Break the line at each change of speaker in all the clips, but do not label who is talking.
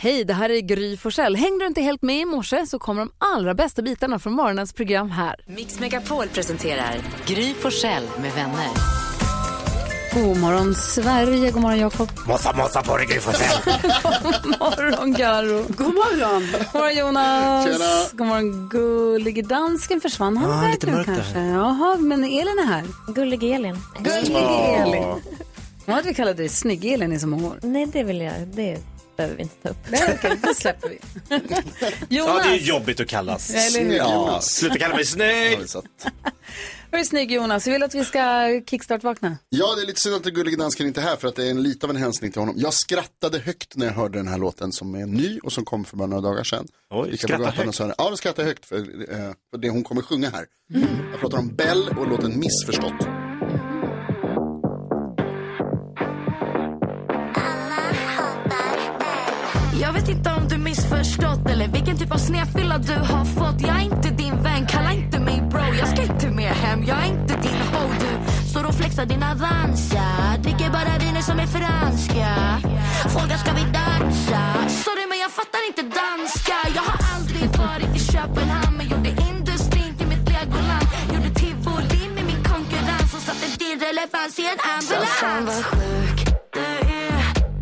Hej, det här är Gry Forssell. Hängde du inte helt med i morse så kommer de allra bästa bitarna från morgonens program här.
Mix Megapol presenterar Gry Forssell med vänner.
God morgon Sverige, god morgon Jakob.
Mossa, mossa på dig Gry Forssell.
God morgon Garo. God morgon. God morgon Jonas.
Tjena.
God morgon gullige dansken. Försvann han
Ja,
iväg
lite
nu
mörkt där.
kanske? Jaha, men Elin är här.
Gullige Elin.
Gullige Elin. Hon har vi kallat dig Snygg-Elin i så många år.
Nej, det vill jag. Det behöver vi inte ta upp.
Nej, okej, det släpper vi.
Ja,
Jonas,
det är jobbigt att kallas.
Eller hur?
Ja, sluta kalla mig snygg.
hur är snygg Jonas? Jag vill att vi ska kickstart-vakna.
Ja, det är lite synd att Gullige Dansken inte är här för att det är en lite av en hälsning till honom. Jag skrattade högt när jag hörde den här låten som är ny och som kom för bara några dagar sedan.
Oj,
Gick jag på
skratta
gatan och
högt.
sa det. Ja, då skrattade jag högt för, eh, för det hon kommer sjunga här. Jag pratar om Bell och låten Missförstått.
Jag vet inte om du missförstått eller vilken typ av snedfylla du har fått Jag är inte din vän, kalla inte mig bro Jag ska inte med hem, jag är inte din ho Du står och flexar din Avanza Dricker bara viner som är franska Frågar ska vi dansa? Sorry men jag fattar inte danska Jag har aldrig varit i Köpenhamn Men gjorde industrin till mitt legoland Gjorde tivoli med min konkurrens Och satte din relevans i en ambulans Fan vad sjuk du är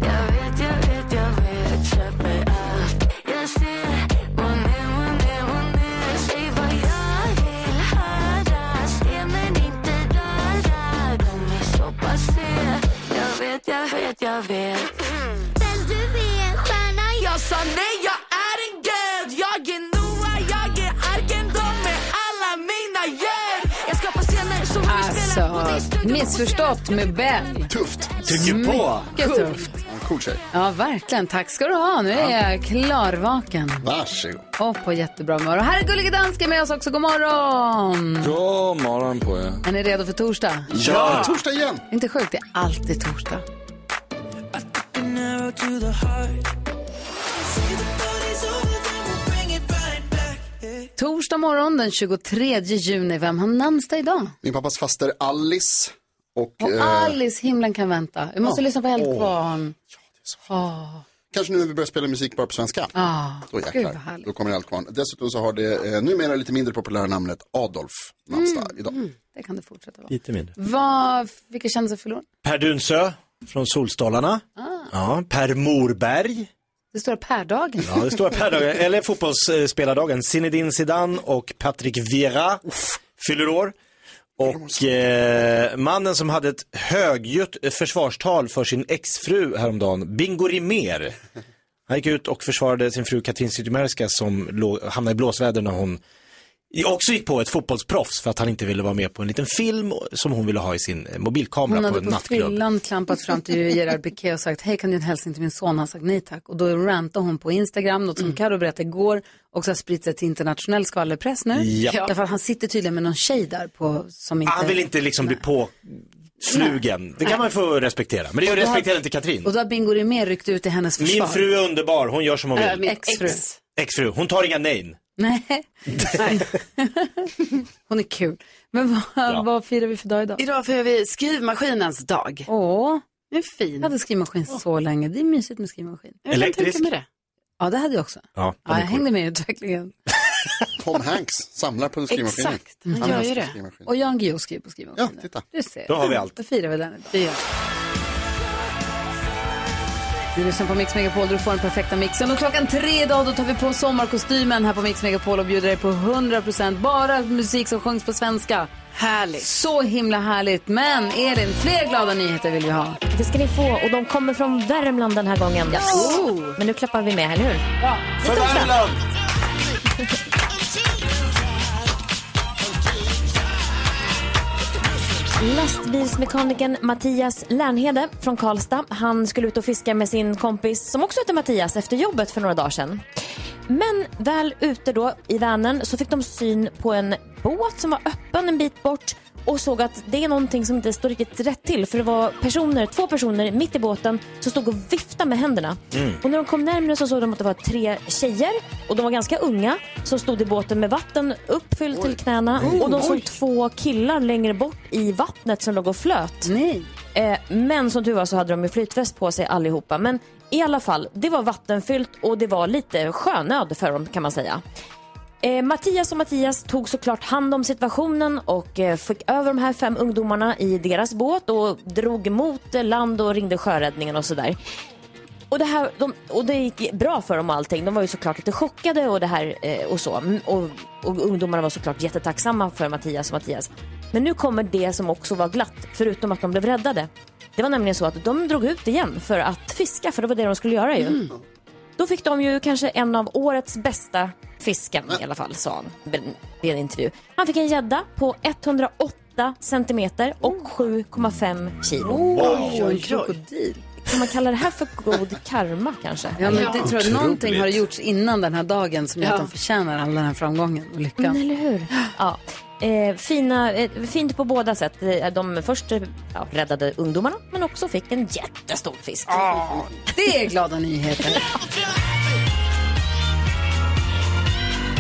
Jag vet, jag vet, jag vet Köper allt jag ser Monet, Monet, Monet Säg vad jag vill höra Se men inte röra De är så passé Jag vet, jag vet, jag vet Men du är en stjärna Jag sa nej, jag är en gud Jag är Noah, jag är arken De är alla mina djur Jag skapar scener som vi spelar
Alltså,
både i studion och på
missförstått med Bell.
Tufft!
Trycker på.
Mycket tufft.
Ja, Cool tjej.
Ja, verkligen. Tack ska du ha. Nu är jag klarvaken
Varsågod.
och på jättebra humör. Och här är Gullige Dansken med oss också. God morgon!
God morgon på er.
Är ni redo för torsdag?
Ja, torsdag igen!
Inte sjukt, det är alltid torsdag. Torsdag morgon den 23 juni. Vem har namnsdag idag?
Min pappas faster Alice och,
Och
eh, Ah.
Alice, himlen kan vänta. Vi måste
Ja.
lyssna på Eldkvarn.
kanske nu när vi börjar spela musik bara på svenska.
Ah,
Då
Gud, vad
jäklar,
härligt.
då kommer Alkvarn. Dessutom så har det eh, numera lite mindre populära namnet Adolf namnsdag idag.
Mm, Det kan det fortsätta vara.
Lite mindre.
Mm. Vad, vilka kändisar förlorar?
Per Dunsö från Solstolarna.
Ah.
Ja, per Morberg.
Det stora pärdagen.
Ja, det står Per Dagen. Eller fotbollsspelardagen. Zinedine Zidane och Patrick Vera fyller år. Och eh, mannen som hade ett högljutt försvarstal för sin exfru häromdagen, Bingo Rimér. Han gick ut och försvarade sin fru Katrin Zytomierska som låg, hamnade i blåsväder när hon också gick på ett fotbollsproffs för att han inte ville vara med på en liten film som hon ville ha i sin eh,
Hon
mobilkamera på
hade
en
på
nattklubb.
fyllan klampat fram till Gerard Piqué och sagt, hej kan du ge en hälsning till min son? Han sagt nej tack. Och då rantade hon på Instagram, något
Mm.
som Carro berättade igår, också har spritt sig till internationell skvallerpress nu.
Ja.
Därför att han sitter tydligen med någon tjej där på, som inte...
Han vill inte liksom bli påflugen. Det kan man få respektera. Men det är ju respektera inte Katrin.
Och då har Bingo Rimér ryckt ut i hennes försvar.
Min fru är underbar, hon gör som hon
Äh,
vill.
min
Exfru.
ex.
Exfru, hon tar inga nej.
Nej. nej. hon är kul. Men vad, vad firar vi för dag idag?
Idag firar vi skrivmaskinens dag.
Åh,
Den är fin.
jag hade skrivmaskin så länge. Det är mysigt med skrivmaskin.
Jag kan tänka
Elektrisk.
mig det.
Ja, det hade jag också.
Ja,
Ja, jag hängde med i utvecklingen.
Tom Hanks samlar på skrivmaskiner.
Exakt, han
Han
gör
har
ju
på
det.
skrivmaskiner.
Och Jan Guillou skrev på skrivmaskinen.
Ja, titta.
Du ser.
Mm. Då har vi allt.
Då firar vi den idag.
det gör.
Du lyssnar på Mix Megapol, du får den perfekta mixen. Och klockan tre idag då tar vi på sommarkostymen här på Mix Megapol och bjuder dig på 100% bara musik som sjungs på svenska.
Härligt.
Så himla härligt. Men Elin, fler glada nyheter vill vi ha.
Det ska ni få och de kommer från Värmland den här gången. Men nu klappar vi med, eller hur?
För Värmland!
Lastbilsmekanikern Mattias Lernhede från Karlstad. Han skulle ut och fiska med sin kompis som också heter Mattias efter jobbet för några dagar sedan. Men väl ute då i Vänern så fick de syn på en båt som var öppen en bit bort och såg att det är någonting som inte står riktigt rätt till för det var personer, två personer mitt i båten som stod och viftade med händerna. Och när de kom närmare så såg de att det var tre tjejer och de var ganska unga som stod i båten med vatten uppfyllt till knäna och de såg två killar längre bort i vattnet som låg och flöt.
Nej.
Eh, men som tur var så hade de ju flytväst på sig allihopa. Men I alla fall, det var vattenfyllt och det var lite sjönöd för dem kan man säga. Eh, Mattias och Mattias tog såklart hand om situationen och eh, fick över de här fem ungdomarna i deras båt och drog mot eh, land och ringde sjöräddningen och sådär. Och det, här, de, och det gick bra för dem och allting. De var ju såklart lite chockade och det här eh, och så. Mm, Och, och ungdomarna var såklart jättetacksamma för Mattias och Mattias. Men nu kommer det som också var glatt, förutom att de blev räddade. Det var nämligen så att de drog ut igen för att fiska, för det var det de skulle göra ju.
Mm.
Då fick de ju kanske en av årets bästa fisken i alla fall, sa han i en intervju. Han fick en gädda på 108 centimeter och 7,5 kilo.
Oj, en krokodil.
Kan man kalla det här för god karma kanske?
Ja, men det tror jag, någonting
Otroligt.
har gjorts innan den här dagen som gör att de förtjänar all den här framgången och lyckan.
Mm, Eller hur? Ja. Eh, fina, eh, fint på båda sätt. Eh, De först eh, ja, räddade ungdomarna men också fick en jättestor fisk.
Ah.
Det är glada nyheter.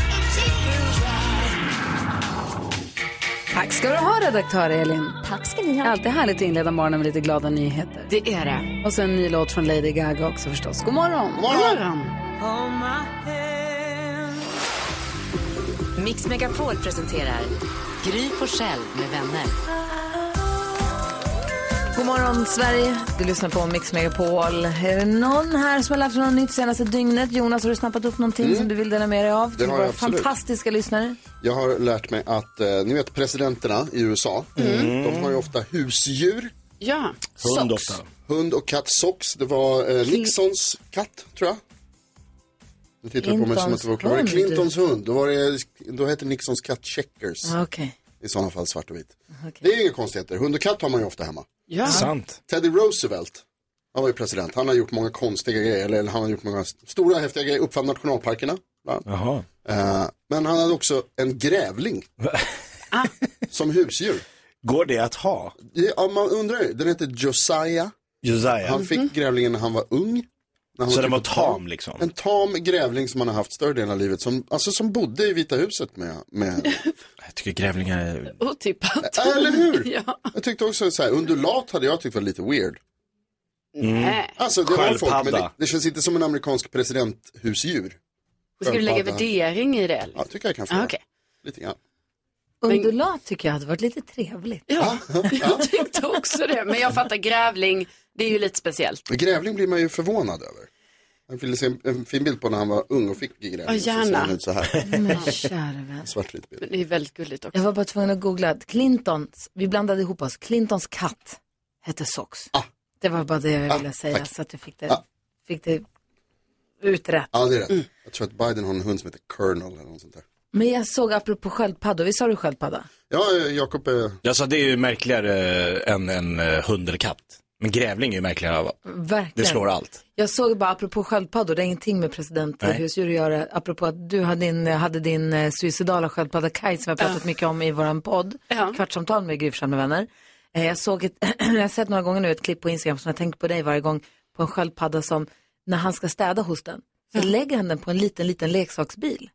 Tack ska du ha, redaktör Elin.
Tack ska ni ha.
Alltid härligt att inleda morgonen med lite glada nyheter.
Det är det.
Och sen en ny låt från Lady Gaga också förstås. God morgon!
Morgon.
Mix Megapol presenterar Gry Forssell med vänner.
God morgon, Sverige. Du lyssnar på Mix Megapol. Är det någon här som har lärt sig något nytt senaste dygnet? Jonas, har du snappat upp någonting som du vill dela med dig av? till
har jag
våra
absolut.
fantastiska lyssnare.
Jag har lärt mig att, eh, ni vet presidenterna i USA,
Mm.
de har ju ofta husdjur.
Ja.
Hund ofta.
Hund och katt Sox. Det var eh, Nixons katt, tror jag. Nu tittar du på mig som att det var klart. Var det
Clintons hund?
Clintons hund? Då, var det, då hette Nixons katt Checkers.
Ah, Okej.
I sådana fall svart och vitt. Det är ju inga konstigheter. Hund och katt har man ju ofta hemma.
ja.
Sant.
Teddy Roosevelt, han var ju president. Han har gjort många konstiga grejer. Eller han har gjort många stora häftiga grejer. Uppfann nationalparkerna. bland annat.
Jaha.
Eh, men han hade också en grävling. som husdjur.
Går det att ha?
Ja, man undrar ju. Den heter Josiah.
Josiah.
Han fick grävlingen när han var ung. När han
Så den var
typ
tam liksom?
En tam grävling som han har haft större delen av livet. Som, alltså som bodde i Vita huset med. med
Jag tycker grävlingar är...
Otippat.
Äh, eller hur?
Ja.
Jag tyckte också så här, undulat hade jag tyckt var lite weird.
Mm.
Nej.
Alltså det var folk, men det,
Mm. Sköldpadda.
det känns inte som en amerikansk presidenthusdjur.
Ska du lägga
Sköldpadda.
värdering i det? Eller?
Ja, tycker jag kan få
Ah,
göra.
Okej.
Lite grann.
Undulat tycker jag hade varit lite trevligt.
Ja, jag tyckte också det. Men jag fattar, grävling, det är ju lite speciellt.
Grävling blir man ju förvånad över. Jag ville se en, en fin bild på när han var ung och fick grävling.
Ja,
så ser
gärna.
han ut så här.
Men kära vän.
Svartvit bild.
Men det är väldigt gulligt också.
Jag var bara tvungen att googla. att Clintons, vi blandade ihop oss. Clintons katt hette Sox.
Ah.
Det var bara det jag
Ah,
ville säga
tack.
så att du fick det,
Ah.
fick det utrett.
Ja, det är rätt.
Mm.
Jag tror att Biden har en hund som heter Colonel eller något sånt där.
Men jag såg apropå sköldpaddor, visst har du sköldpadda?
Ja, eh, Jakob är...
Jag sa det är ju märkligare än en eh, hund eller katt. Men grävling är ju märkligare av
Verkligen.
Det slår allt.
Jag såg bara apropå sköldpaddor, det har ingenting med
Nej.
presidenthusdjur att göra. Apropå att du hade din, hade din eh, suicidala sköldpadda Kaj som jag pratat mycket om i våran podd.
Ja.
Kvartssamtal med Gry Forssell med vänner. Eh, jag såg ett, jag har sett några gånger nu ett klipp på Instagram som jag tänker på dig varje gång. På en sköldpadda som, när han ska städa hos den, så lägger han den på en liten, liten leksaksbil.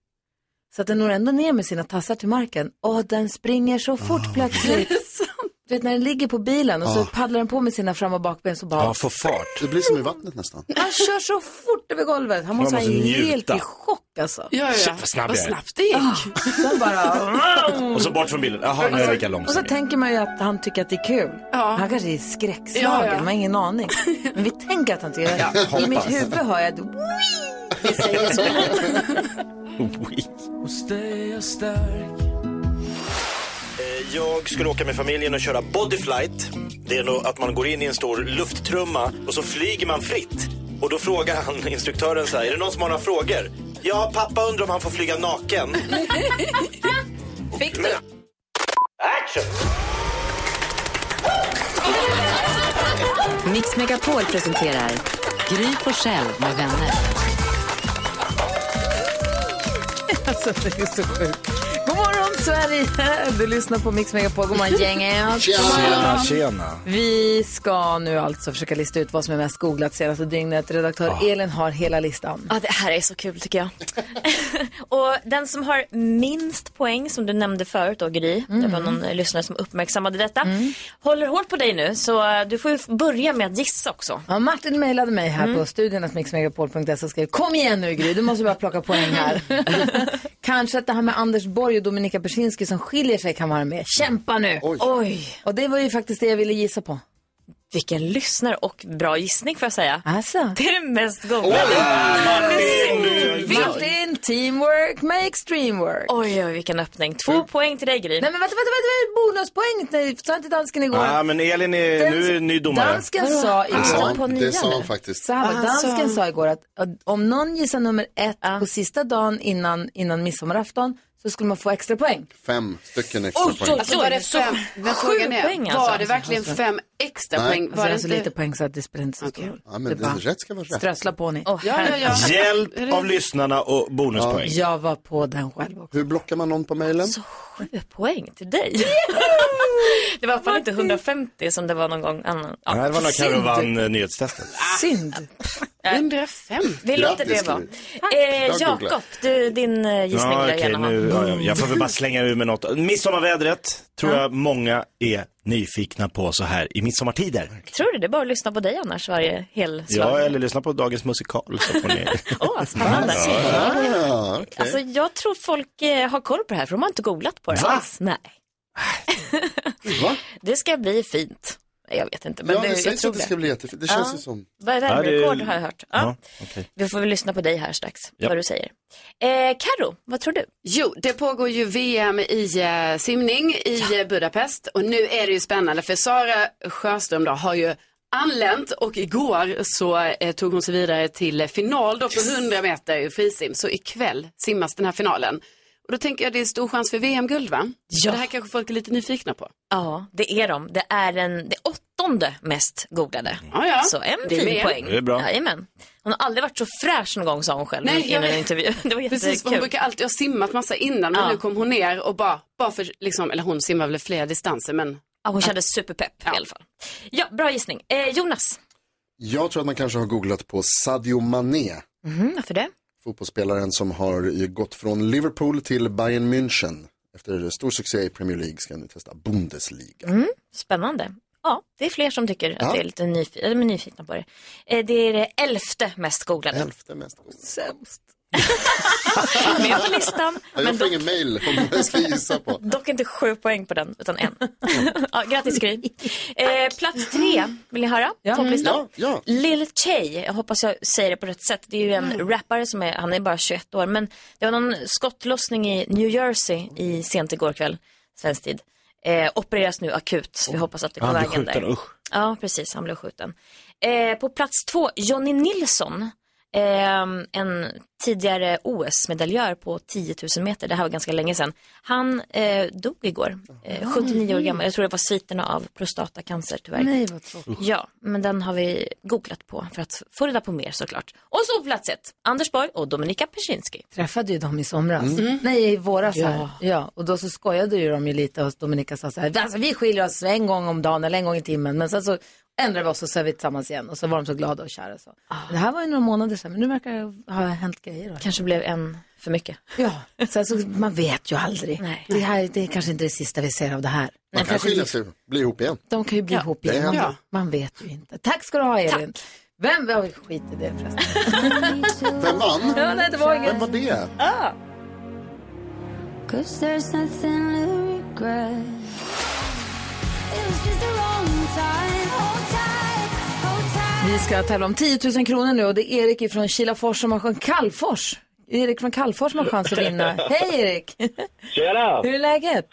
Så att den når ändå ner med sina tassar till marken. Och den springer så fort plötsligt. Du vet när den ligger på bilen och så paddlar den på med sina fram och bakben så bara
Ja, få fart.
Det blir som i vattnet nästan.
han kör så fort över golvet. Han måste,
Man måste
vara
njuta.
helt i chock alltså.
Ja, ja.
Shit, vad snabb jag är.
snabbt det gick.
Ah.
Han bara...
Och så bort från bilden. Jaha, nu är jag lika långsam.
Och så tänker man ju att han tycker att det är kul.
Ja.
Han kanske är skräckslagen,
Ja, ja.
man har ingen aning. Men vi tänker att han tycker det. I mitt huvud hör jag att vi säger så.
Eh, Jag skulle åka med familjen och köra bodyflight. Det är nog att man går in i en stor lufttrumma och så flyger man fritt. Och då frågar han instruktören så här, är det någon som har några frågor? Ja, pappa undrar om han får flyga naken. Fick du? Action!
Mix Megapol presenterar Gry Forssell med vänner.
Alltså, det är så sjukt. God morgon Sverige, du lyssnar på Mix Megapol. God morgon gänget.
Tjena, tjena.
Vi ska nu alltså försöka lista ut vad som är mest googlat senaste dygnet. Redaktör
Ah.
Elin har hela listan.
Ja, det här är så kul tycker jag. och den som har minst poäng, som du nämnde förut då Gry, det var någon eh, lyssnare som uppmärksammade detta, håller hårt på dig nu så eh, du får ju f- börja med att gissa också.
Ja, Martin mejlade mig
Mm.
här på studion att mixmegapol.se och skrev Kom igen nu Gry, du måste bara plocka poäng här. Kanske att det här med Anders Borg och Dominika Persinski som skiljer sig kan vara med. Kämpa nu!
Oj,
Och det var ju faktiskt det jag ville gissa
Mm.
på.
vilken lyssnare och bra gissning får jag säga.
Alltså.
Det är det mest googla.
Martin, teamwork makes dreamwork.
Oj, oj, vilken öppning. Två poäng till dig Gry.
Mm. Nej men vänta, vänta, vänta, bonuspoäng! Nej, Sa inte dansken igår?
Ja, Ah, men Elin är, nu är ny domare.
Dansken sa igår,
Ja,
på
det
nian
sa han
nu.
faktiskt.
så här, var-
Alltså.
dansken sa igår att att om någon gissar nummer ett på sista dagen innan, innan midsommarafton så skulle man få extra poäng.
Fem stycken extra poäng.
Alltså var det fem? Men frågan är,
poäng,
var
alltså.
det verkligen fem extra
Nej.
poäng?
Alltså,
Var
jag
det
har så lite
inte...
poäng så att det spelar inte så stor roll.
Ja, men
Det är
det,
bara-
rätt ska vara rätt.
Strössla på ni.
Ja, ja, ja.
Hjälp av lyssnarna och bonuspoäng.
Jag var på den själv också. Alltså,
Hur blockar man någon på mejlen?
Sju poäng till dig. det var i alla fall inte 150 som det var någon gång annan. Ja.
Nej, det var när Carro vann eh, nyhetstestet.
Synd.
105.
Vi låter
Grattis,
Eh, det vara.
Gry.
Eh,
Jag googlar.
Jakob, du, din eh, gissning vill
Ja,
jag
okej,
gärna ha.
nu, ja, ja. Jag får väl bara slänga ur med något. Midsommarvädret tror jag många är nyfikna på så här i midsommartider.
Tror du det? är Bara att lyssna på dig annars varje hel
Ja,
slag.
eller lyssna på dagens musikal så får ni...
Åh, spännande.
Ja, okej.
Alltså, jag tror folk eh, har koll på det här för de har inte googlat på det
Va?
alls. Nej.
Va?
Det ska bli fint. Nej, Jag vet inte, men
Ja,
det,
det
jag
sägs
tror
att det
det.
ska bli jättefint. Det känns ju som...
Vad är
Ja, det-
värmerekord har jag hört. Ja.
Ja, okej.
Vi får väl lyssna på dig här strax,
Ja.
vad du säger. Eh, Karo, vad tror du?
Jo, det pågår ju VM i eh, simning i eh, Budapest och nu är det ju spännande för Sara Sjöström då har ju anlänt och igår så eh, tog hon sig vidare till eh, final då på 100 meter i frisim. Så ikväll simmas den här finalen. Och då tänker jag det är stor chans för VM-guld va?
Ja.
Det här kanske folk är lite nyfikna på.
Ja, det är de. Det är den det åttonde mest googlade.
Ja, ja.
Så en
Det är
fin
med.
poäng.
Det är bra.
Jajamän. Hon har aldrig varit så fräsch någon gång sa hon själv
Nej,
i en
jag vet.
intervju. Det var
Precis, för hon
jättekul.
brukar alltid ha simmat massa innan men
Ja.
nu kom hon ner och bara, bara för, liksom, eller hon simmar väl flera distanser men
Ja, hon kände superpepp i alla fall. Ja, bra gissning. Eh, Jonas,
Jag tror att man kanske har googlat på Sadio Mané.
Mhm.
mm, varför det?
Fotbollsspelaren som har ju gått från Liverpool till Bayern München. Efter stor succé i Premier League ska han nu testa Bundesliga.
Spännande. Ja, det är fler som tycker
Mm. Ja.
att det är lite nyf- eller, men nyfikna på det. Eh, det är det elfte mest googlade.
Elfte mest googlade.
Sämst.
Med på listan,
Ja,
men
Jag får
dock,
ingen mail om vad jag ska gissa på.
dock inte sju poäng på den, utan en. ja, grattis Gry. Eh, plats tre, vill ni höra? Topplistan.
Mm, Ja, ja.
Lil Tay, jag hoppas jag säger det på rätt sätt. Det är ju en rappare som är, han är bara 21 år, men det var någon skottlossning i New Jersey i sent igår kväll, svensk tid. Eh, opereras nu akut, vi hoppas att det går
Han blev
vägen där.
skjuten, usch.
Ja, precis, han blev skjuten. Eh, på plats två, Johnny Nilsson. Eh, en tidigare OS-medaljör på 10 000 meter, det här var ganska länge sedan. Han eh, dog igår, eh, 79 år gammal. Jag tror det var sviterna av prostatacancer tyvärr.
Mm. Nej, vad tråkigt.
Ja, men den har vi googlat på för att få reda på mer såklart. Och så på plats ett, Anders Borg och Dominika Persinski.
Träffade ju dem i somras.
Mm.
Mm.
Nej, i våras här. Ja. Och då så skojade ju de ju lite och Dominika sa så här, alltså, vi skiljer oss en gång om dagen eller en gång i timmen. Men sen så ändrade vi oss och så är vi tillsammans igen. Och så var de så glada och kära. Så. Ah. Det här var ju några månader sedan, men nu verkar det ha hänt grejer. Då.
Kanske blev en för mycket.
Ja, sen så, man vet ju aldrig.
Nej.
Det, här, det är kanske inte det sista vi ser av det här.
Man kan skilja sig, bli ihop igen.
De kan ju bli ihop igen. Man,
Ja.
man vet ju inte. Tack ska du ha Elin. Vem, oj, skit i det förresten.
Vem vann?
Ja, nej, det var ingen.
Vem var det?
Ah. Cause there's nothing to regret. It was just the wrong time.
oh,
Hold tight, hold tight.
Vi ska tävla om 10 000 kronor nu och det är Erik från Kilafors som har chans, Kallfors. Erik från Kallfors som har chans att vinna. Hej Erik!
Tjena!
Hur är läget?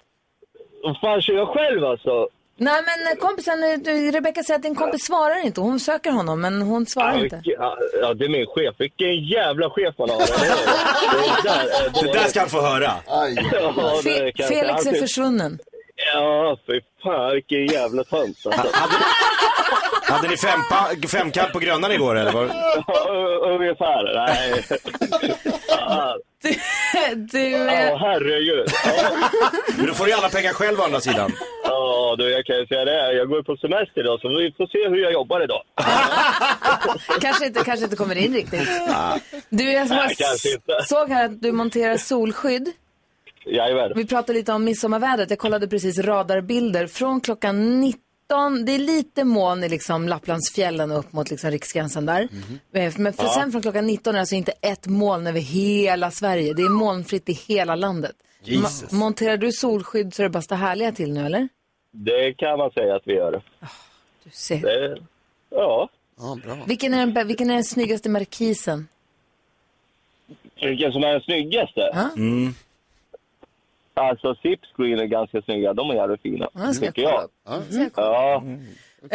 Vad fan kör jag själv alltså?
Nej men kompisen, eh, du, Rebecka säger att din kompis svarar inte. Hon söker honom men hon svarar inte.
Vilken- ja, ja, det är min chef. Vilken jävla chef han har! Det där är
Det
dåligt.
där ska han få höra.
Aj.
Ja, det
Fe-
kan jag
Felix
säga.
är försvunnen.
Ja, fy fan vilken jävla tönt alltså.
Hade ni fempa, femkamp på Grönan igår eller? Var...
Ja, ö- sjunger så här. Nej. Fan.
Du,
Ja,
eh,
herregud. Ja.
Men då får du ju alla pengar själv å andra sidan.
Ja, du, jag kan ju säga det. Jag går på semester idag, så vi får se hur jag jobbar idag.
Kanske inte, kanske inte kommer in riktigt.
Ah.
Du, jag bara
Nej, kanske inte.
såg här att du monterar solskydd.
Jajamän.
Vi pratade lite om midsommarvädret. Jag kollade precis radarbilder från klockan 19. Det är lite moln i liksom Lapplandsfjällen och upp mot liksom riksgränsen där.
Mhm.
Eh, Men för sen från klockan 19 är det alltså inte ett moln över hela Sverige. Det är molnfritt i hela landet.
Jesus.
monterar du solskydd så är det bästa härliga till nu eller?
Det kan man säga att vi gör.
Du ser.
Det, ja.
Ja, bra.
Vilken är den, bä- vilken är den snyggaste markisen?
Vilken som är den snyggaste?
Ja.
Mm.
Alltså, Zipscreen är ganska snygga. De är jävligt fina,
Ja, den ska jag
tycker
kolla
jag.
upp.
Ja,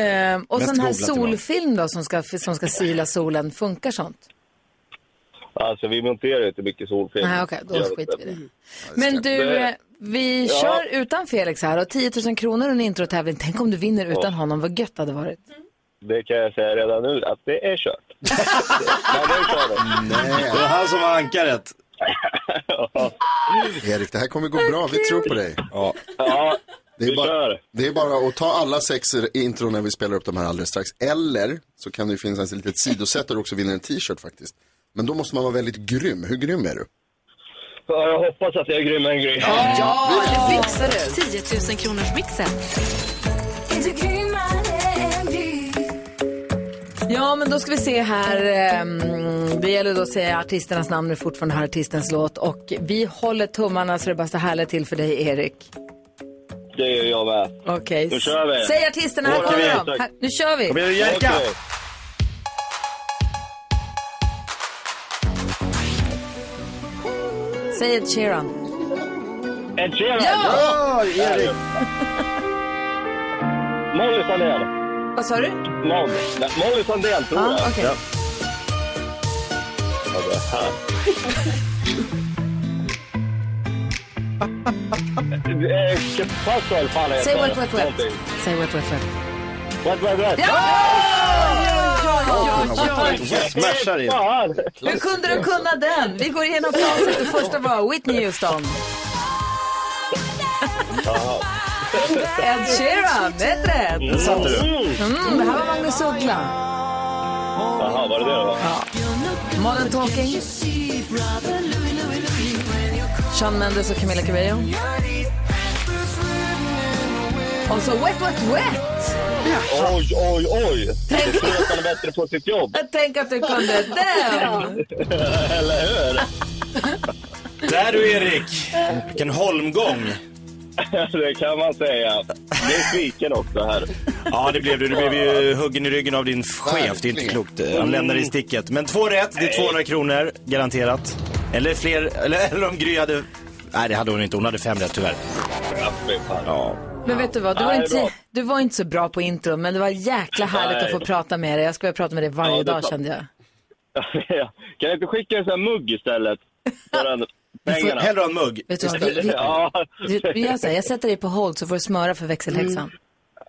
Ehm, och
Mest
sån här
googlat idag.
solfilm då som ska, som ska sila solen, funkar sånt?
alltså vi monterar ju inte mycket solfilm.
Nej, okej,
Gör
då
vi
skiter vi
inte.
i det. Men du, eh, vi
Ja.
kör utan Felix här och 10 000 kronor och en introtävling. Tänk om du vinner utan honom, vad gött det hade varit.
Det kan jag säga redan nu, att det är kört. Men det kör vi.
Det var han som var ankaret.
Erik, det här kommer gå bra. Vi tror på dig.
Ja.
Ja,
Det är,
vi
bara,
kör.
det är bara att ta alla sex intron när vi spelar upp de här alldeles strax. Eller så kan det ju finnas ett litet sidosätt där du också vinner en t-shirt faktiskt. Men då måste man vara väldigt grym. Hur grym är du?
Ja, Jag hoppas att jag är grymmare än grym.
ja, det fixar du.
10 000 kronors mixen.
Är du grymmare än vi?
Ja, men då ska vi se här. ehm, Det gäller då att säga artisternas namn och fortfarande här artistens låt. Och vi håller tummarna så det bara står härligt till för dig, Erik.
Det gör jag med.
Okej.
Då kör vi.
Säg artisterna, här
Åker
kommer
vi,
de.
tack.
Här, Nu kör vi.
Kom igen Jerka!
Okej.
Säg Ed Sheeran.
Ed Sheeran! Ja!
Ja, Erik!
Molly Sandén.
Vad sa du?
Molly, Nej, Molly Sandén tror
Ja,
jag.
okej.
Ja. Ja, det här. Eh, Pass vad fan heter
Säg
det?
Wet Wet Wet.
Någonting.
Säg Wet Wet Wet.
Wet Wet Wet.
Smashar in.
Fan!
Hur kunde du kunna den? Vi går igenom facit. Det första var Whitney Houston. Ed Sheeran, ett rätt.
Där satte du.
Mm, det här var Magnus Uggla.
Jaha, var det det då?
Modern Talking. Sean Mendes och Camila Cabello. Och så Wet Wet Wet.
Oj, oj, oj! Tänk att han är bättre på sitt jobb.
Tänk att du kunde den.
Där du Erik! Vilken holmgång!
Det kan man säga. Det är sviken också här.
Ja, det blev du. Du blev ju huggen i ryggen av din chef. Det är inte
Verkligen.
klokt. Han lämnade i sticket. Men två rätt, det är 200 kronor garanterat. Eller fler, eller, eller om Gry hade... Nej, det hade hon inte. Hon hade fem rätt tyvärr.
Ja, fy fan.
Ja.
Men vet du vad, du var,
Nej,
inte,
bra.
du var inte så bra på intro, men det var jäkla härligt att
Nej.
få prata med dig. Jag skulle vilja prata med dig varje
Ja, det är
dag
klart.
kände jag.
Ja. Kan jag inte skicka en sån här mugg istället? För den pengarna.
Hellre ha en mugg.
Vet du vad, vi, vi,
Ja.
Vi vi gör så här, jag sätter dig på hold så får du smöra för växelhäxan.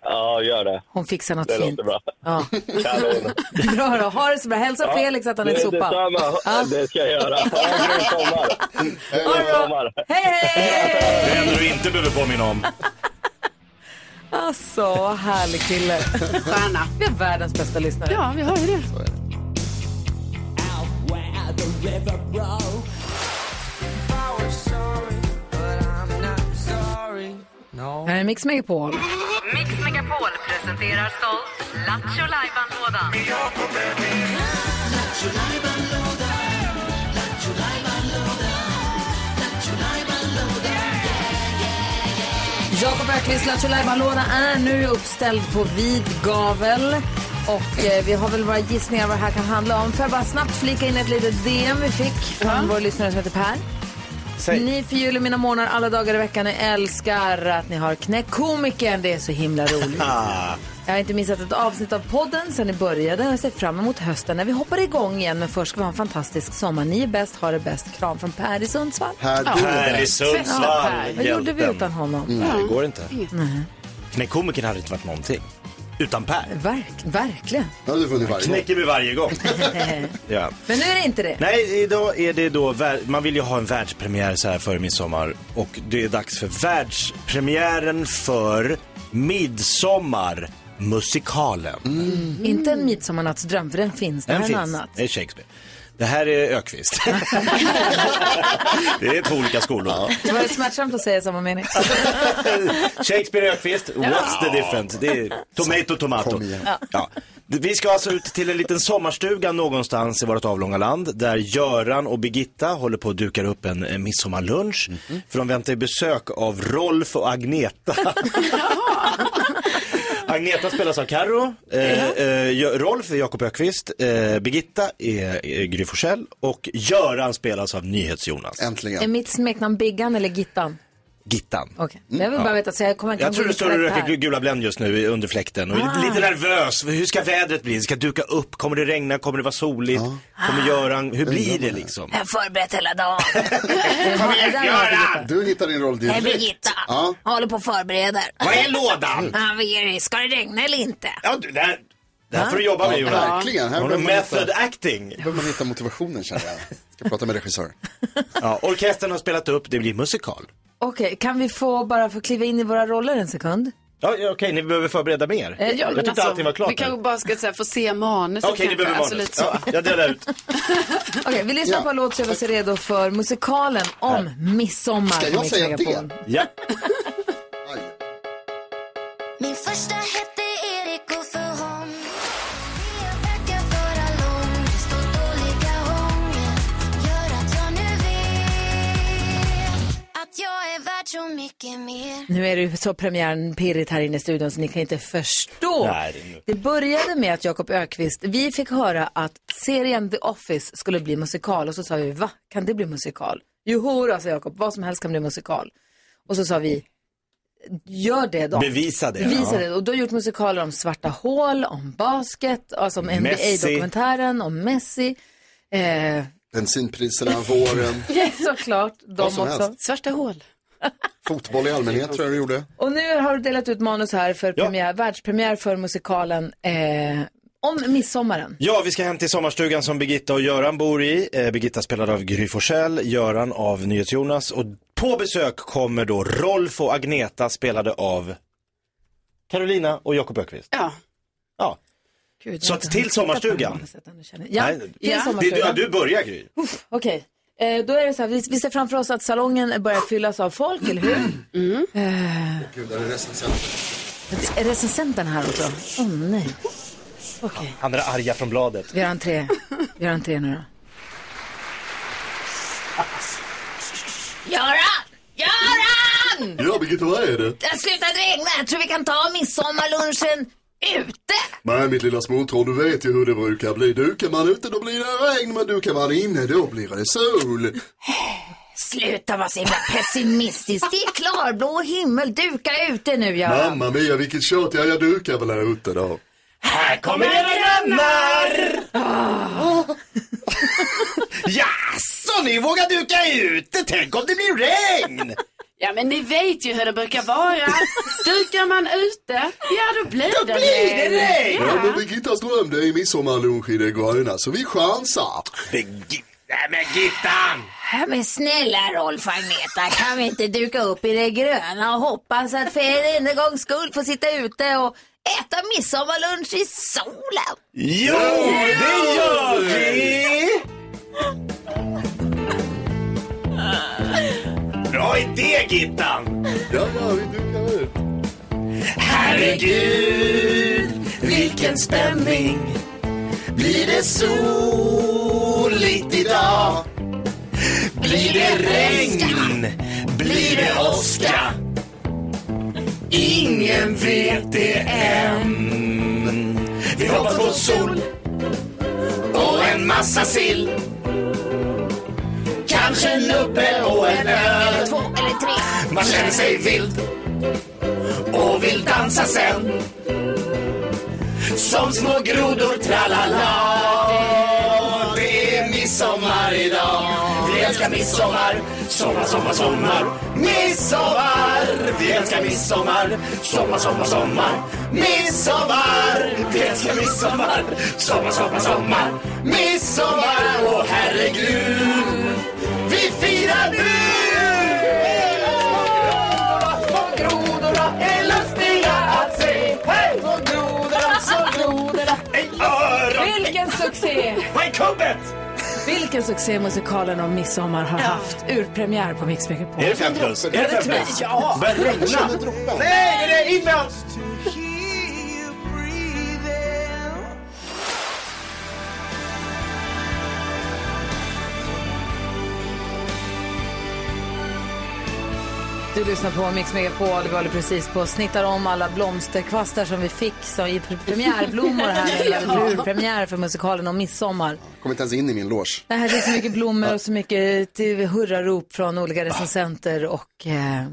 ja, gör det.
Hon fixar något
Mm. Det
fint.
låter bra.
Ja.
Kanon.
Bra då, ha det så bra. Hälsa Felix att han är
Det-
sopa.
Detsamma. Det ska jag göra. Ha en grym sommar. Grym sommar.
Hej, hej!
Det enda du inte behöver påminna om.
Alltså, vad härlig kille.
Stjärna.
Vi är världens bästa lyssnare.
Ja, vi har ju det.
Här är Mix Megapol.
Mix Megapol presenterar stolt Lattjo Lajban-lådan.
Jakob Öqvists Lattjo Lajban-låda är nu uppställd på vid gavel. Och eh, vi har väl våra gissningar vad det här kan handla om. Får jag bara snabbt flika in ett litet DM vi fick från vår lyssnare som heter Per. Ni förgyller mina månader alla dagar i veckan. Jag älskar att ni har knäckt komikern. Det är så himla roligt. Jag har inte missat ett avsnitt av podden sen ni började och jag ser fram emot hösten när vi hoppar igång igen. Men först ska vi ha en fantastisk sommar. Ni är bäst, har det bäst. Kram från Per i Sundsvall.
Här Mm. du
Här i
är
Sundsvall.
Vad gjorde vi
hjälten.
utan honom? Mm.
Nej, det går inte. Nej, komikern hade inte varit någonting. utan Per.
Verk, verkligen.
Det hade du vunnit varje gång.
Knäcker vi varje gång. ja.
Men nu är det inte det.
Nej, idag är det då, vär- man vill ju ha en världspremiär så här före midsommar och det är dags för världspremiären för Midsommarmusikalen.
Inte en midsommarnattsdröm, för den finns. Mm. Det
Den
här är något
finns,
annat.
det är Shakespeare. Det här är Ökvist. det är två olika skolor.
Det var smärtsamt att säga samma mening.
Shakespeare Ökvist, what's the difference? Det är tomato, tomato.
Kom igen.
Ja. Vi ska alltså ut till en liten sommarstuga någonstans i vårt avlånga land där Göran och Birgitta håller på att duka upp en eh, midsommarlunch.
Mhm.
För de väntar ju besök av Rolf och Agneta. Agneta spelas av Carro, eh, eh, Gö- Rolf är Jakob Ökvist, eh, Birgitta är eh, Gry Forssell och Göran spelas av NyhetsJonas.
Är
Äntligen.
mitt smeknamn Biggan eller Gittan?
Gittan.
Okej. Jag vill bara veta, så jag kommer
Mm, Jag tror du står och röker
glögg.
gula Blend just nu under fläkten och är lite nervös. Hur ska vädret bli? Det ska duka upp? Kommer det regna? Kommer det vara soligt? Kommer Göran? Hur blir det liksom?
Jag har förberett hela dagen. Kom igen, Göran!
Du hittar din roll
Jag är
direkt.
Birgitta.
Ja.
Jag håller på och förbereder.
Vad är lådan?
Ja, vad är det? Ska det regna eller inte?
Ja, du, det här, det här får du jobba med
Ja,
Jonas.
verkligen. Här
Har
behöver
du
man, hitta,
method acting?
behöver man hitta motivationen känner jag. Ska prata med regissör.
Ja, orkestern har spelat upp, det blir musikal.
Okej, kan vi få bara få kliva in i våra roller en sekund?
Ja, ja, Okej, ni behöver förbereda mer.
Eh, ja,
jag
men
tyckte
Alltså,
allting var klart
Vi kanske
nu.
bara ska så här, få se manuset
Okej, ni behöver
kanske.
manus.
Alltså,
Ja, jag delar ut.
Okej, vi lyssnar
Ja.
på en låt så jag är redo för musikalen om midsommar.
Ska jag
på Mix
säga det?
Megapol.
Ja.
Aj.
Min första hette Erik och för hon Jag verkar vara lång, just och dåliga ånger gör att jag nu vet att jag är värd så mycket mer
Nu är det ju så premiären pirrigt här inne i studion så ni kan inte förstå.
Nej, det är nu.
det började med att Jakob Ökvist, vi fick höra att serien The Office skulle bli musikal och så sa vi va, kan det bli musikal? Joho då, sa Jakob, vad som helst kan bli musikal. Och så sa vi, gör det då.
Bevisa det.
Bevisa
Ja.
det. Och du har gjort musikaler om svarta hål, om basket, alltså om
Messi.
NBA-dokumentären, om Messi. Eh,
Bensinpriserna, våren,
såklart, de
Vad som
också.
helst.
svarta hål.
fotboll i allmänhet tror jag du gjorde.
Och nu har du delat ut manus här för
Ja.
premiär, världspremiär för musikalen eh, om midsommaren.
Ja, vi ska hem till sommarstugan som Birgitta och Göran bor i. Eh, Birgitta spelad av Gry Forssell, Göran av NyhetsJonas. Och på besök kommer då Rolf och Agneta spelade av Carolina och Jakob Ökvist.
Ja.
Ja. Så att till sommarstugan.
Ja,
Nej,
till
det-
sommarstugan.
ja, du börjar Gry.
Okej, eh, då är det så här, vi, vi ser framför oss att salongen börjar fyllas av folk, eller hur? Mm.
Gud, där är recensenter.
Är recensenten här också? Åh oh, nej. Okej,
Han är arga från bladet.
vi har entré. Vi har entré nu då. Göran! Göran!
Ja, Birgitta, vad är det?
Det har slutat regna, jag tror vi kan ta midsommarlunchen ute.
Nej, mitt lilla småtroll, du vet ju hur det brukar bli. Dukar man ute, då blir det regn, men dukar man inne, då blir det sol.
Sluta vara så himla pessimistisk. Det är klarblå himmel. Duka ute nu, Göran.
Mamma mia, vilket tjat. Ja, jag dukar väl här ute då.
Här kommer era grannar!
Ah.
Jaså, ni vågar duka ute? Tänk om det blir regn!
Ja men ni vet ju hur det brukar vara. Dukar man ute, ja då blir det
blir det regn!
Ja, men Birgittas dröm, det är midsommarlunch i det gröna, så vi chansar.
Nej men Gittan!
Ja, men snälla Rolf och Agneta, kan vi inte duka upp i det gröna och hoppas att för en enda gångs skull få sitta ute och äta midsommarlunch i solen?
Jo, det gör vi! Bra idé, Gittan!
Ja, ja, vi dukar ut.
Herregud, vilken stämning! Blir det soligt idag? Blir det regn? Blir det åska? Ingen vet det än. Vi hoppas på sol och en massa sill. Kanske en uppe och en öl.
Två eller tre?
Man känner sig vild och vill dansa sen Som små grodor, tralala Det är midsommar
idag. Vi älskar midsommar, sommar, sommar, sommar. Midsommar, vi älskar midsommar, sommar, sommar, sommar. Midsommar, vi älskar midsommar, sommar, sommar, sommar. Midsommar, åh herregud. Vi firar nu! Och grodorna är lustiga att se. Hej! Så grodorna, så grodorna. Ej, öron,
Vilken succé!
vad är kubbet?
Vilken succé musikalen om midsommar har haft. Urpremiär på Mix Megapol.
Är det fem plus? Är det fem plus?
Ja!
Börjar det regna?
Nej, det är in med oss!
Du lyssnar på Mix Megapol. Vi håller precis på och snittar om alla blomsterkvastar som vi fick som i pre- premiärblommor här. ja. Urpremiär för musikalen om midsommar.
Kom inte ens in i min loge.
Det här är så mycket blommor och så mycket till hurrarop från olika recensenter och eh,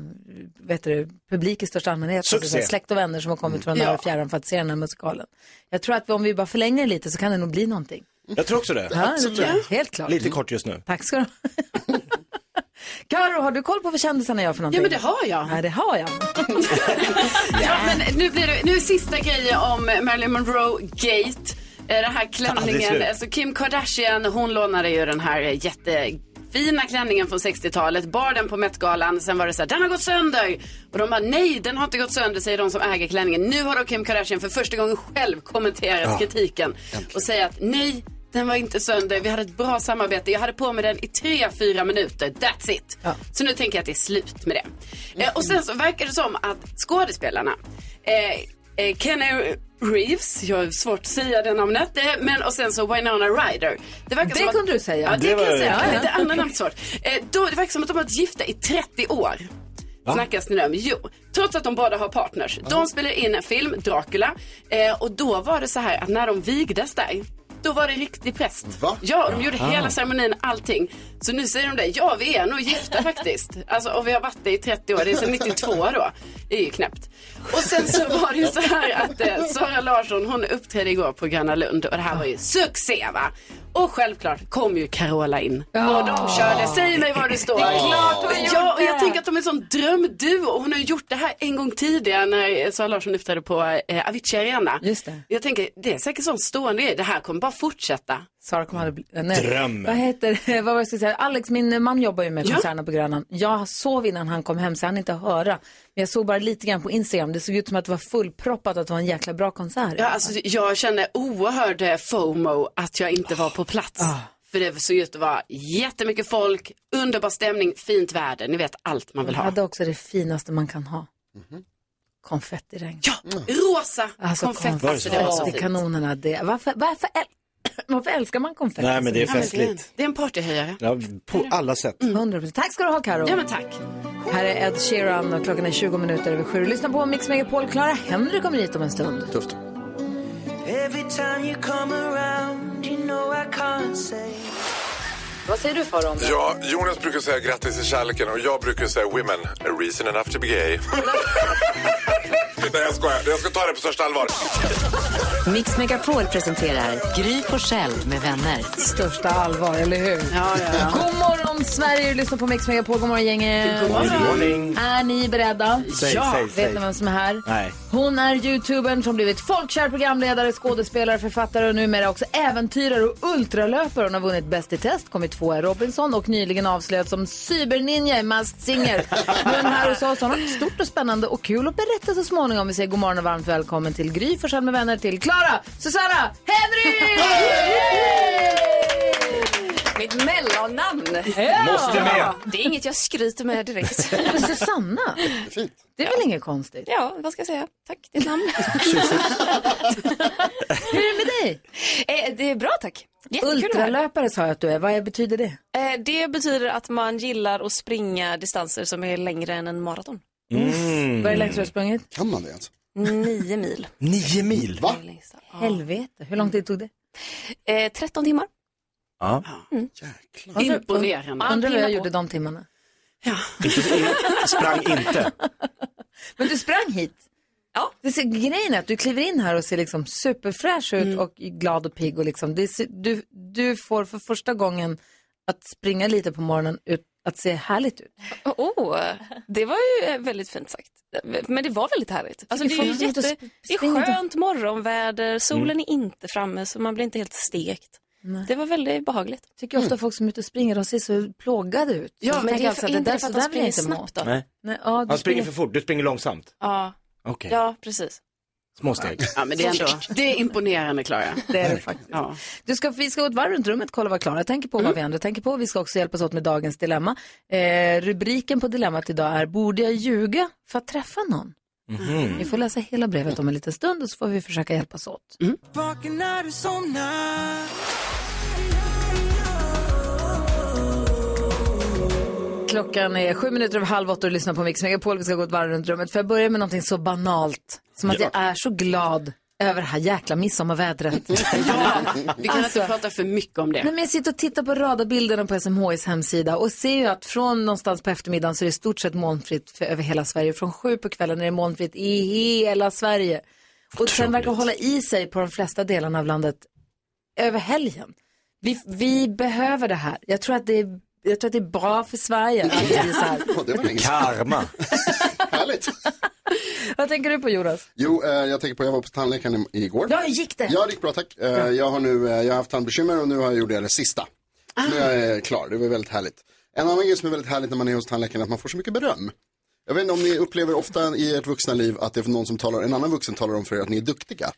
vet du, publik i största allmänhet. Alltså
Succé.
så här släkt och vänner som har kommit från nära och fjärran för att se den här musikalen. Jag tror att om vi bara förlänger lite så kan det nog bli någonting.
Jag tror också det.
Ja, det tror jag. Helt klart.
Lite kort just nu.
Tack ska du ha. Karo, har du koll på vad kändisarna gör för någonting?
Ja men det har jag.
Nej, det har jag.
Ja, men nu blir det, nu är sista grejen om Marilyn Monroe Gate. Eh, Den här
Aldrig
klänningen,
slut.
alltså Kim Kardashian, hon lånade ju den här eh, jättefina klänningen från 60-talet, bar den på Met-galan, sen var det så här, den har gått sönder. Och de bara, nej den har inte gått sönder, säger de som äger klänningen. Nu har då Kim Kardashian för första gången själv kommenterat kritiken och säger att nej, den var inte sönder, vi hade ett bra samarbete, jag hade på mig den i tre fyra minuter, that's it. Så nu tänker jag att det är slut med det. Eh, och sen så verkar det som att skådespelarna, eh, eh, Kenny Reeves, jag har svårt att säga det namnet, eh, men och sen så Winona Ryder. Det, verkar
Det
som att-
kunde du säga.
Ja, det,
Det
kan
var-
jag säga.
Ja, ja.
Det andra namnet är svårt. Eh, då, det verkar som att de har varit gifta i 30 år. Snackas det nu om. Jo, trots att de båda har partners. De spelar in en film, Dracula. Eh, och då var det så här att när de vigdes där, då var det riktig präst.
Va?
Ja, och de gjorde hela ceremonin, allting. Så nu säger de det, ja vi är nog gifta faktiskt. Alltså, och vi har varit det i 30 år, det är sedan 92 då. Det är ju knäppt. Och sen så var det ju så här att eh, Sara Larsson, hon uppträdde igår på Gröna Lund och det här var ju succé va. Och självklart kom ju Carola in. Och de körde, säg mig var du står. Det är klart Ja, och jag tänker att de är en sån drömduo. Och hon har ju gjort det här en gång tidigare när eh, Sara Larsson uppträdde på eh, Avicii Arena.
Just det.
Jag tänker, det är säkert sån stående grej. Det här kommer bara fortsätta.
Sara kommer aldrig bli... eh, Nej.
Drömmen.
Vad heter det? Vad var jag skulle säga? Alex, min man jobbar ju med
Ja.
koncernen på Grönan. Jag sov innan han kom hem så jag hann inte höra. Men jag såg bara lite grann på Instagram. Det såg ut som att det var fullproppat och att det var en jäkla bra konsert.
Ja, alltså, jag känner oerhörd eh, FOMO att jag inte var på plats.
Ah.
För det såg ut att vara jättemycket folk, underbar stämning, fint väder. Ni vet allt man vill
Jag
ha.
hade också det finaste man kan ha. Konfettiregn.
Ja, rosa konfetti. Alltså, det var så fint.
konfettikanonerna. Det. Varför, varför, äl- varför älskar man konfetti?
Nej, men det är
Ja, men det är en-
festligt.
Det är en partyhöjare.
Ja, på alla sätt.
100%. Mm. Tack ska du ha Karo.
Ja, men tack.
Här är Ed Sheeran och klockan är 20 minuter över sju. Lyssna på Mix Megapol. Clara Henry kommer hit om en stund.
Tufft.
Vad säger du för om det?
Ja, Jonas brukar säga grattis till kärleken och jag brukar säga women, a reason enough to be gay. Nej, jag skojar. Jag ska ta det på största allvar.
Mix Megapol presenterar Gry Forssell med vänner.
Största allvar, eller hur?
Ja, ja, ja.
God morgon Sverige, du lyssnar på Mix Megapol. God morgon gänget.
Morning.
Är ni beredda?
Säg,
Ja.
säg,
Vet
säg.
ni vem som är här?
Nej.
Hon är youtubern som blivit folkkär programledare, skådespelare, författare och numera också äventyrare och ultralöpare. Hon har vunnit Bäst i test, kommit tvåa i Robinson och nyligen avslöjats som cyberninja i Masked Singer. Nu är hon här hos oss. Hon har något stort och spännande och kul att berätta så småningom. Vi säger god morgon och varmt välkommen till Gry Forssell med vänner, till Klara, Susanna, Henry!
Mitt mellannamn.
Måste med.
Det är inget jag skryter med direkt.
Men Susanna,
Fint.
det är väl inget konstigt?
Ja, vad ska jag säga? Tack, ditt namn.
Hur är det med dig?
Eh, det är bra tack. Jättekul att vara här.
Ultralöpare sa jag att du är. Vad betyder det?
Eh, Det betyder att man gillar att springa distanser som är längre än en maraton.
Mm.
Mm.
Vad är det längst du har sprungit?
Kan man det ens?
Nio mil.
Nio mil.
Va?
är längsta.
Helvete, hur lång tid tog det?
Eh, 13 timmar.
Ja.
Ah,
Mm.
Jäklar.
Imponerande.
Undrar vad
pinnar
jag
på.
gjorde de timmarna.
Sprang inte.
Men du sprang hit.
Ja.
Det ser, grejen är att du kliver in här och ser liksom
Mm.
superfräsch ut och glad och pigg. Och liksom, det ser, du, du får för första gången att springa lite på morgonen ut, att se härligt ut.
Oh, det var ju eh, väldigt fint sagt. Men det var väldigt härligt. Alltså, det, är ju
Folk
jätte,
inte sp-
det är
spring inte.
skönt morgonväder, solen är inte framme så man blir inte helt stekt. Det var väldigt behagligt.
Tycker ofta folk som är ute och springer, de ser så plågade ut.
Mm. Ja,
Så
men
tänker
det är
jag
för- inte för att de
där vill jag
springer
inte må.
snabbt då.
Nej.
Nej, ja, du
Han springer för fort, du springer långsamt.
Ja,
Okej,
ja precis.
små steg.
Ja, men det är ändå, det är imponerande Klara.
Det är det faktiskt.
Ja.
Du ska, vi ska gå ett varv runt rummet kolla vad Klara tänker på, vad vi andra tänker på. Vi ska också hjälpas åt med dagens dilemma. Eh, rubriken på dilemmat idag är Borde jag ljuga för att träffa någon?
Mhm.
Ni får läsa hela brevet om en liten stund och så får vi försöka hjälpas åt.
Vaken när du somnar
Klockan är sju minuter över halv åtta och du lyssnar på Mix Megapol. Vi ska gå ett varv runt rummet. För jag börjar med någonting så banalt som att
Ja.
jag är så glad över det här jäkla midsommarvädret.
Vi kan
Alltså.
inte prata för mycket om det.
Nej, men jag sitter och tittar på radarbilderna på SMHs hemsida och ser ju att från någonstans på eftermiddagen så är det i stort sett molnfritt för, över hela Sverige. Från sju på kvällen är det molnfritt i hela Sverige. Och sen verkar hålla i sig på de flesta delarna av landet över helgen. Vi, vi behöver det här. Jag tror att det är, jag tror att det är bra för Sverige. Att det blir så här.
Karma.
Vad tänker du på Jonas?
Jo, eh, jag tänker på, jag var på tandläkaren i- igår.
Ja, hur gick det?
Ja, det gick bra tack. Eh, jag har nu, eh, jag har haft tandbekymmer och nu har jag gjort det sista.
Ah.
Så Nu är jag klar, det var väldigt härligt. En annan grej som är väldigt härligt när man är hos tandläkaren är att man får så mycket beröm. Jag vet inte om ni upplever ofta i ert vuxna liv att det är någon som talar, en annan vuxen talar om för er att ni är duktiga.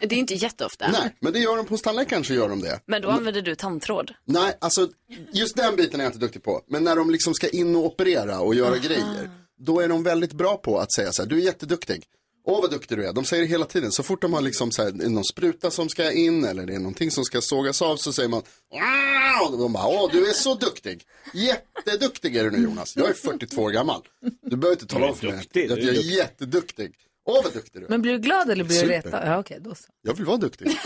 Det är inte jätteofta.
Nej, men det gör de på hos tandläkaren så gör de det.
Men då använder du tandtråd.
Nej, alltså just den biten är jag inte duktig på. Men när de liksom ska in och operera och göra grejer, då är de väldigt bra på att säga så här, du är jätteduktig. Åh vad duktig du är, de säger det hela tiden. Så fort de har liksom så här, det är någon spruta som ska in eller det är någonting som ska sågas av så säger man, wow! Och de bara, åh du är så duktig. Jätteduktig är du nu Jonas, jag är 42 år gammal. Du behöver inte tala om för mig att jag är jätteduktig. Åh vad duktig du är.
Men blir du glad eller blir du
Super.
retad? Ja, okej, då så.
Jag vill vara duktig.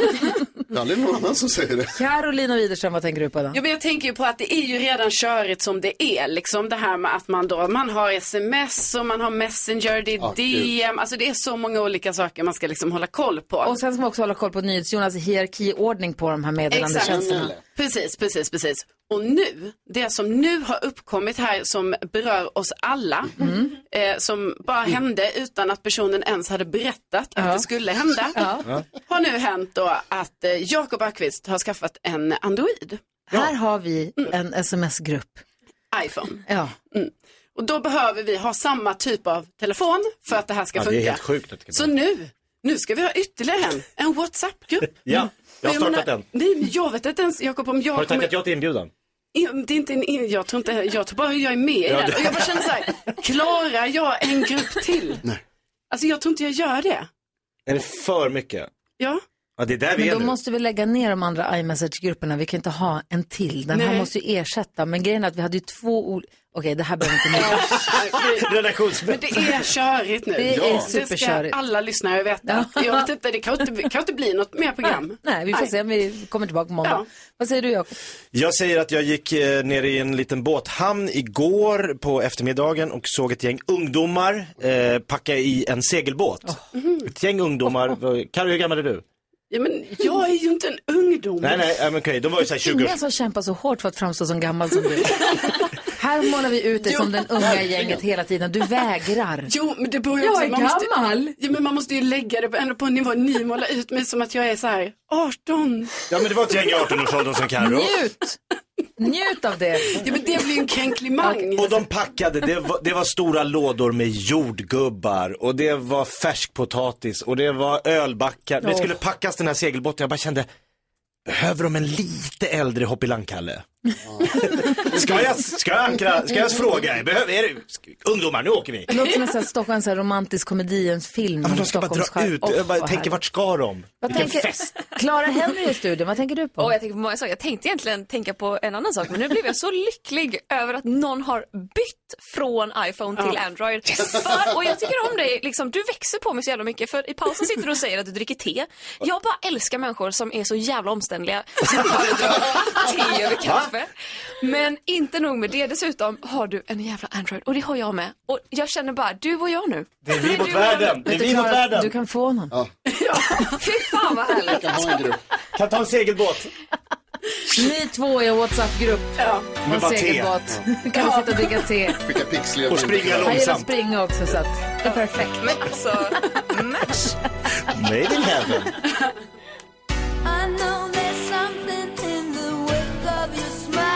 Det är aldrig någon annan som säger det.
Carolina Widerström, vad tänker du på då?
Jo, men jag tänker ju på att det är ju redan körigt som det är. Liksom det här med att man då, man har sms och man har messenger, det är
Ja,
DM. Alltså det är så många olika saker man ska liksom hålla koll på.
Och sen ska man också hålla koll på NyhetsJonas hierarkiordning på de här meddelandetjänsterna.
Precis, precis, precis. Och nu, det som nu har uppkommit här som berör oss alla,
Mm.
eh, som bara hände utan att personen ens hade berättat att det skulle hända, har nu hänt då att eh, Jakob Öqvist har skaffat en Android.
Här har vi en sms-grupp.
iPhone.
Ja.
Mm. Och då behöver vi ha samma typ av telefon för att det här ska
Ja, det
funka.
är helt sjukt att det kan
Så nu, nu ska vi ha ytterligare en, en WhatsApp-grupp.
Ja, jag har
Och
startat
menar,
en.
Nej, men jag vet inte ens, Jakob, om jag
Har du tackat ja till inbjudan?
In- Det är inte en, in- jag tror inte, jag tror bara hur jag är med i
Ja,
den.
det-
Och jag bara känner så här, klarar jag en grupp till?
Nej.
Alltså jag tror inte jag gör det.
Är det för mycket?
Ja.
Ja, det är där vi
Men
är
då
nu.
måste vi lägga ner de andra iMessage-grupperna. Vi kan inte ha en till. Den här
Nej.
måste ju ersätta. Men grejen är att vi hade ju två olika... Okej, det här behöver vi inte med.
Men det är körigt nu.
Det är Ja. superkörigt.
ska alla lyssnare veta. Jag vet inte, det kan inte, bli- kan inte bli något mer program.
Nej, vi får se om vi kommer tillbaka på måndag. Vad säger du, Jakob?
Jag säger att jag gick eh, ner i en liten båthamn igår på eftermiddagen och såg ett gäng ungdomar eh, packa i en segelbåt.
Oh.
Ett gäng ungdomar, Carro hur gammal är du?
Mhm. Ja, men jag är ju inte en ungdom.
Nej, nej, äh, men okej, de var ju såhär 20
Ingen som kämpar så hårt för att framstå som gammal som du. Här målar vi ut dig som den unga i gänget hela tiden. Du vägrar.
Jo, men det beror ju
Jag
också-
är
man måste-
gammal.
Ja, men man måste ju lägga det på- ändå på en nivå. Ni målar ut mig som att jag är så här 18.
Ja, men det var ett gäng i 18-årsåldern som Carro.
Njut! Njut av det.
Ja, men det blir ju en kränklimang.
Och de packade, det var, det var stora lådor med jordgubbar och det var färskpotatis och det var ölbackar. Det
Åh.
skulle packas den här segelbåten, jag bara kände, behöver de en lite äldre hoppelankkalle? ska, jag, ska, jag ankra, ska jag fråga er, behöver, är det, sk- ungdomar nu åker vi.
Det låter som en sån här Stockholm, så här romantisk komediens film.
Ja, men de ska bara dra ut, jag bara tänker vart ska de?
Vad
Vilken
tänker
fest.
Clara Henry i studion, vad tänker du på?
Och jag tänker på många saker. Jag tänkte egentligen tänka på en annan sak, men nu blev jag så lycklig över att någon har bytt från iPhone till
Ja.
Android.
Yes.
För, och jag tycker om dig, liksom, du växer på mig så jävla mycket, för i pausen sitter du och säger att du dricker te. Jag bara älskar människor som är så jävla omständliga, som tar te över kaffe. Men inte nog med det, dessutom har du en jävla Android, och det har jag med. Och jag känner bara, du och jag nu.
Det är vi mot
Du och jag nu.
världen, det är vi mot världen.
Du kan få någon.
Ja.
Fy fan vad härligt.
Kan ha en grupp.
Kan ta en segelbåt.
Ni två i en WhatsApp-grupp. Ja.
Men bara te.
segelbåt. kan sitta och dricka te.
Skicka pixliga
Och springa
bilder.
Han gillar att springa också så att det är perfekt. Men alltså, match.
Made in heaven.
I know there's something in the wake of your smile.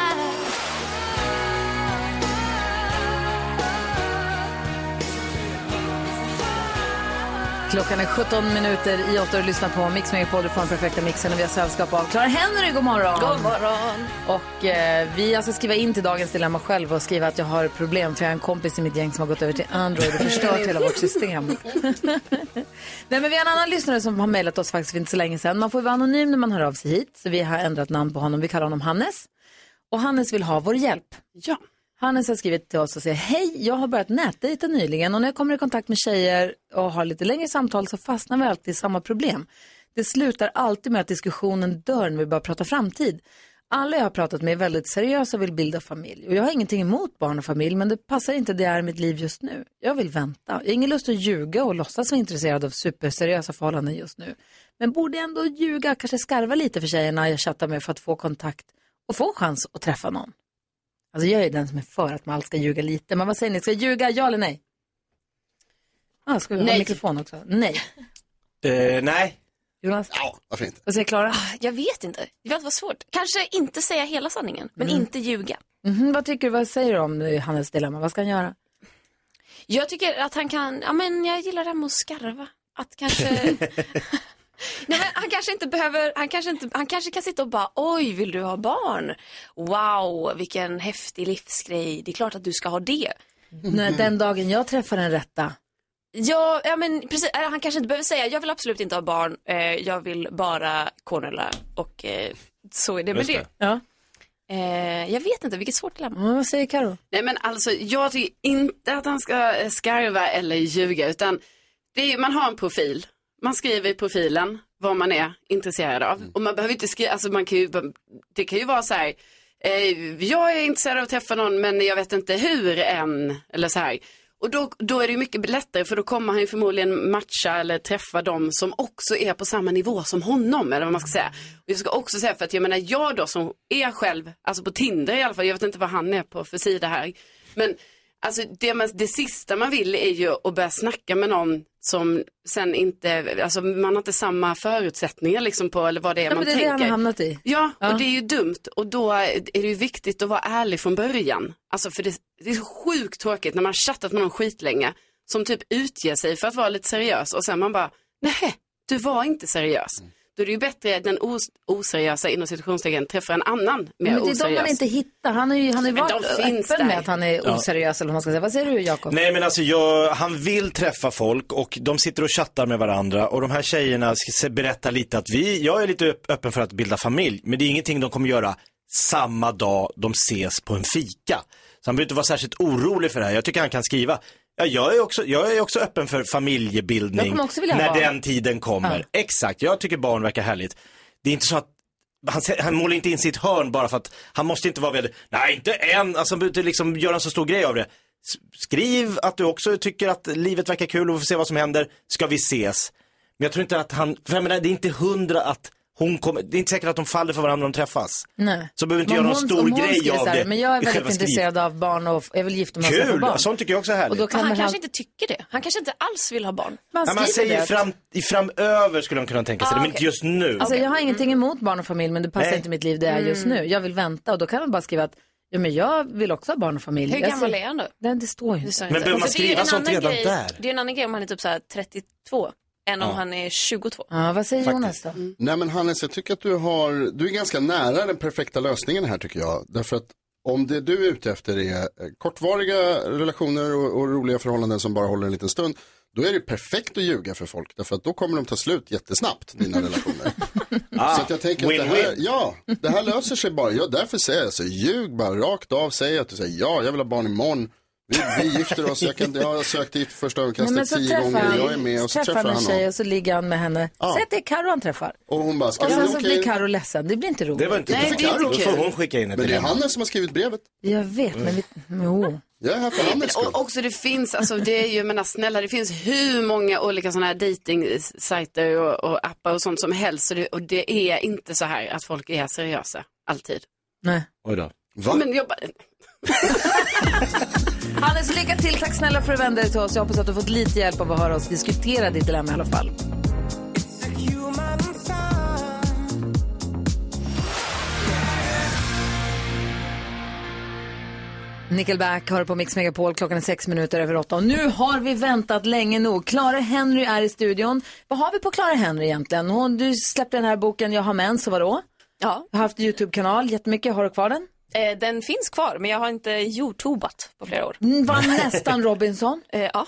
Klockan är 17 minuter i 8 och du lyssnar på Mix Megapol, du får den perfekta mixen och vi har sällskap av Clara Henry, god morgon!
God
morgon! Och eh, vi jag ska skriva in till dagens dilemma själv och skriva att jag har problem för jag har en kompis i mitt gäng som har gått över till Android och förstört hela vårt system. Nej men vi har en annan lyssnare som har mejlat oss faktiskt för inte så länge sedan. Man får ju vara anonym när man hör av sig hit, så vi har ändrat namn på honom, vi kallar honom Hannes. Och Hannes vill ha vår hjälp.
Ja.
Hannes har skrivit till oss och säger Hej, jag har börjat nätdejta nyligen och när jag kommer i kontakt med tjejer och har lite längre samtal så fastnar vi alltid i samma problem. Det slutar alltid med att diskussionen dör när vi börjar prata framtid. Alla jag har pratat med är väldigt seriösa och vill bilda familj. Och jag har ingenting emot barn och familj, men det passar inte det är i mitt liv just nu. Jag vill vänta. Jag har ingen lust att ljuga och låtsas vara intresserad av superseriösa förhållanden just nu. Men borde ändå ljuga, kanske skarva lite för tjejerna jag chattar med för att få kontakt och få en chans att träffa någon. Alltså jag är den som är för att man alltid ska ljuga lite. Men vad säger ni, ska jag ljuga, ja eller nej? Ah, ska vi ha
Nej.
mikrofon också? Nej.
Eh, nej.
Jonas?
Ja, varför inte?
Vad säger Klara?
Ah, Jag vet inte. Det var svårt. Kanske inte säga hela sanningen, men
Mm.
inte ljuga.
Mhm, vad tycker du, vad säger du om eh, Hannes dilemma? Vad ska han göra?
Jag tycker att han kan, ja men jag gillar det här med att skarva. Att kanske... Nej, men han kanske inte behöver, han kanske, inte, han kanske kan sitta och bara oj, vill du ha barn? Wow, vilken häftig livsgrej, det är klart att du ska ha det. Mhm.
När, den dagen jag träffar den rätta.
Ja, ja men precis, Eh, han kanske inte behöver säga jag vill absolut inte ha barn, eh, jag vill bara kornöla och eh, så är det med
Just
det.
det.
Ja.
Eh, jag vet inte, vilket svårt dilemma.
Mm, vad säger Karo?
Nej men alltså jag tycker inte att han ska eh, skarva eller ljuga utan det är, ju- man har en profil. Man skriver i profilen vad man är intresserad av. Och man behöver inte skriva, alltså man kan ju, det kan ju vara så här, eh, jag är intresserad av att träffa någon men jag vet inte hur än, eller så här. Och då, då är det ju mycket lättare för då kommer han ju förmodligen matcha eller träffa dem som också är på samma nivå som honom. Eller vad man ska säga. Och jag ska också säga för att jag menar jag då som är själv, alltså på Tinder i alla fall, jag vet inte vad han är på för sida här. Men alltså det, man, det sista man vill är ju att börja snacka med någon som sen inte, alltså man har inte samma förutsättningar liksom på eller vad det är
Ja, men
man
det är det
tänker.
han har hamnat i.
Ja, och det är ju dumt och då är det ju viktigt att vara ärlig från början. Alltså för det, det är så sjukt tråkigt när man har chattat med någon skitlänge som typ utger sig för att vara lite seriös och sen man bara, nej, du var inte seriös.
Mm.
Då är det ju bättre att den os- oseriösa inom situationstecken träffar en annan mer
men det är de
oseriös.
man inte hittar. Han har ju han har ju
Men de
varit
finns
öppen
där.
med att han är
Ja.
oseriös eller vad man ska säga. Vad säger du Jakob?
Nej men alltså jag, han vill träffa folk och de sitter och chattar med varandra och de här tjejerna ska se- berätta lite att vi, jag är lite öpp- öppen för att bilda familj men det är ingenting de kommer göra samma dag de ses på en fika. Så han behöver inte vara särskilt orolig för det här. Jag tycker han kan skriva, ja, jag, är också, jag är också öppen för
Jag
familjebildning
kommer också vilja
när
ha barn."
den tiden kommer. Exakt, jag tycker barn verkar härligt. Det är inte så att han, sä- han målar inte in sitt hörn bara för att han måste inte vara väldigt, nej inte än, alltså han behöver inte liksom göra en så stor grej av det. S- Skriv att du också tycker att livet verkar kul och vi får se vad som händer, ska vi ses? Men jag tror inte att han, för jag menar, det är inte hundra att hon kommer, det är inte säkert att de faller för varandra när de träffas.
Nej.
Så behöver inte
Men om
göra någon
hon-
stor
om hon
grej
skriver
av
så här,
det
Men jag är
i
väldigt
själva skriv.
intresserad av barn och f- jag vill gifta mig och få
Kul,
barn.
sånt tycker jag också är
Och
härligt.
då kan
han
man-
kanske inte tycker det. Han kanske inte alls vill ha barn.
Man
Nej, man säger fram, i framöver skulle de kunna tänka sig
Ah,
det, men
okej.
inte just nu.
Alltså jag har ingenting
Mm.
emot barn och familj men det passar
Nej.
inte mitt liv det är just nu. Jag vill vänta och då kan man bara skriva att ja, men jag vill också ha barn och familj.
Hur
Jag
gammal
ser-
är han då?
Nej, det står ju inte.
För det är ju en annan grej, Det är en annan grej om han är typ så här 32 än om
Ja.
han är Mm. 22.
Ja, vad säger Jonas då?
Nej men Hannes, jag tycker att du har, du är ganska nära den perfekta lösningen här tycker jag. Därför att om det du är ute efter är eh, kortvariga relationer och, och roliga förhållanden som bara håller en liten stund, då är det perfekt att ljuga för folk. Därför att då kommer de ta slut jättesnabbt, dina relationer. så att jag tänker att det
win-win.
här, ja, det här löser sig bara. Ja, därför säger jag så, ljug bara rakt av, säg att du säger ja, jag vill ha barn imorgon. Vi, vi gifter oss, jag, kan, jag har sökt dit första
Nej, men
ögonkastet
så
tio
träffar
gånger,
han,
jag är med och så träffar
han en
han
tjej
någon.
och så ligger han med henne.
Ja.
Säg att det är Karo han träffar.
Och hon bara, ska
och
vi
sen så
åka
blir
in?
Karo ledsen. Det blir inte roligt.
Det var inte Nej, roligt. det är inte Då får kul. hon skicka in ett Men det är dilemma. Hannes som har skrivit brevet.
Jag vet, men vi... Jo.
Jag är här för
Men
Hannes skull.
och, också det finns, alltså det är ju, men snälla det finns hur många olika sådana här dejtingsajter och, och appar och sånt som helst. Så det, och det är inte så här att folk är seriösa, alltid.
Oj då.
Men jag bara,
Hannes, lycka till. Tack snälla för att du vände dig till oss. Jag hoppas att du har fått lite hjälp av att höra oss diskutera ditt dilemma i alla fall. Nickelback hör på Mix Megapol. Klockan är sex minuter över åtta. Och nu har vi väntat länge nog. Clara Henry är i studion. Vad har vi på Clara Henry egentligen? Hon, du släppte den här boken Jag har mens och vadå?
Ja.
Jag har haft YouTube-kanal jättemycket. Har du kvar den?
Eh, Den finns kvar men jag har inte youtubat på flera år.
Mm, Var nästan Robinson.
Eh, Ja.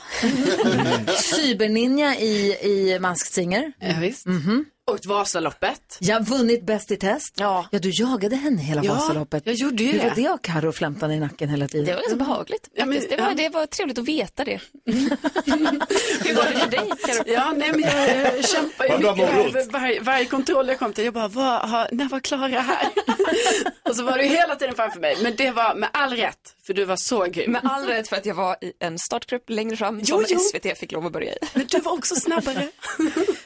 Cyberninja i, i Masked Singer. Mhm.
Ja, visst. Och Vasaloppet.
Jag har vunnit Bäst i test. Ja. ja, du jagade henne hela
Ja,
Vasaloppet.
jag gjorde ju
Hur
det.
var det av Carro flämtade i nacken hela tiden?
Det var ganska behagligt.
Ja, men-
faktiskt. det, var,
ja.
det var trevligt att veta det. Hur var det för dig Karo?
Ja, nej men jag, eh, kämpar ju
Vad bra
mycket
morot.
över varje, varje kontroll jag kom till. Jag bara, vad, har, när var Klara här? och så var du hela tiden framför mig. Men det var med all rätt, för du var så grym.
Med all rätt för att jag var i en startgrupp längre fram
Jo,
som
jo.
SVT fick lov att börja i.
Men du var också snabbare.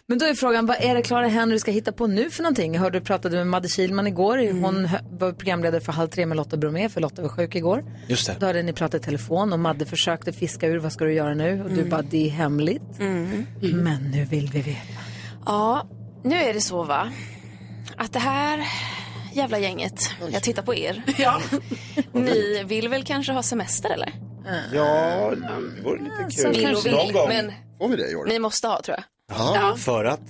Men då är frågan, vad är det Clara Henry ska hitta på nu för någonting? Jag hörde du pratade med Madde Kihlman igår.
Mm.
Hon hö- var programledare för Halv tre med Lotta Bromé, för Lotta var sjuk igår.
Just det.
Då hade ni pratat i telefon och Madde försökte fiska ur, vad ska du göra nu? Och du
Mm.
bara, det är hemligt.
Mm.
Men nu vill vi veta.
Ja, nu är det så va, att det här jävla gänget, jag tittar på er. Ni vill väl kanske ha semester eller?
Ja, det vore lite
Sen
kul.
kanske vi-
Någon gång
men-
får vi det i år.
Ni måste ha tror jag.
Jaha,
Ja.
För att?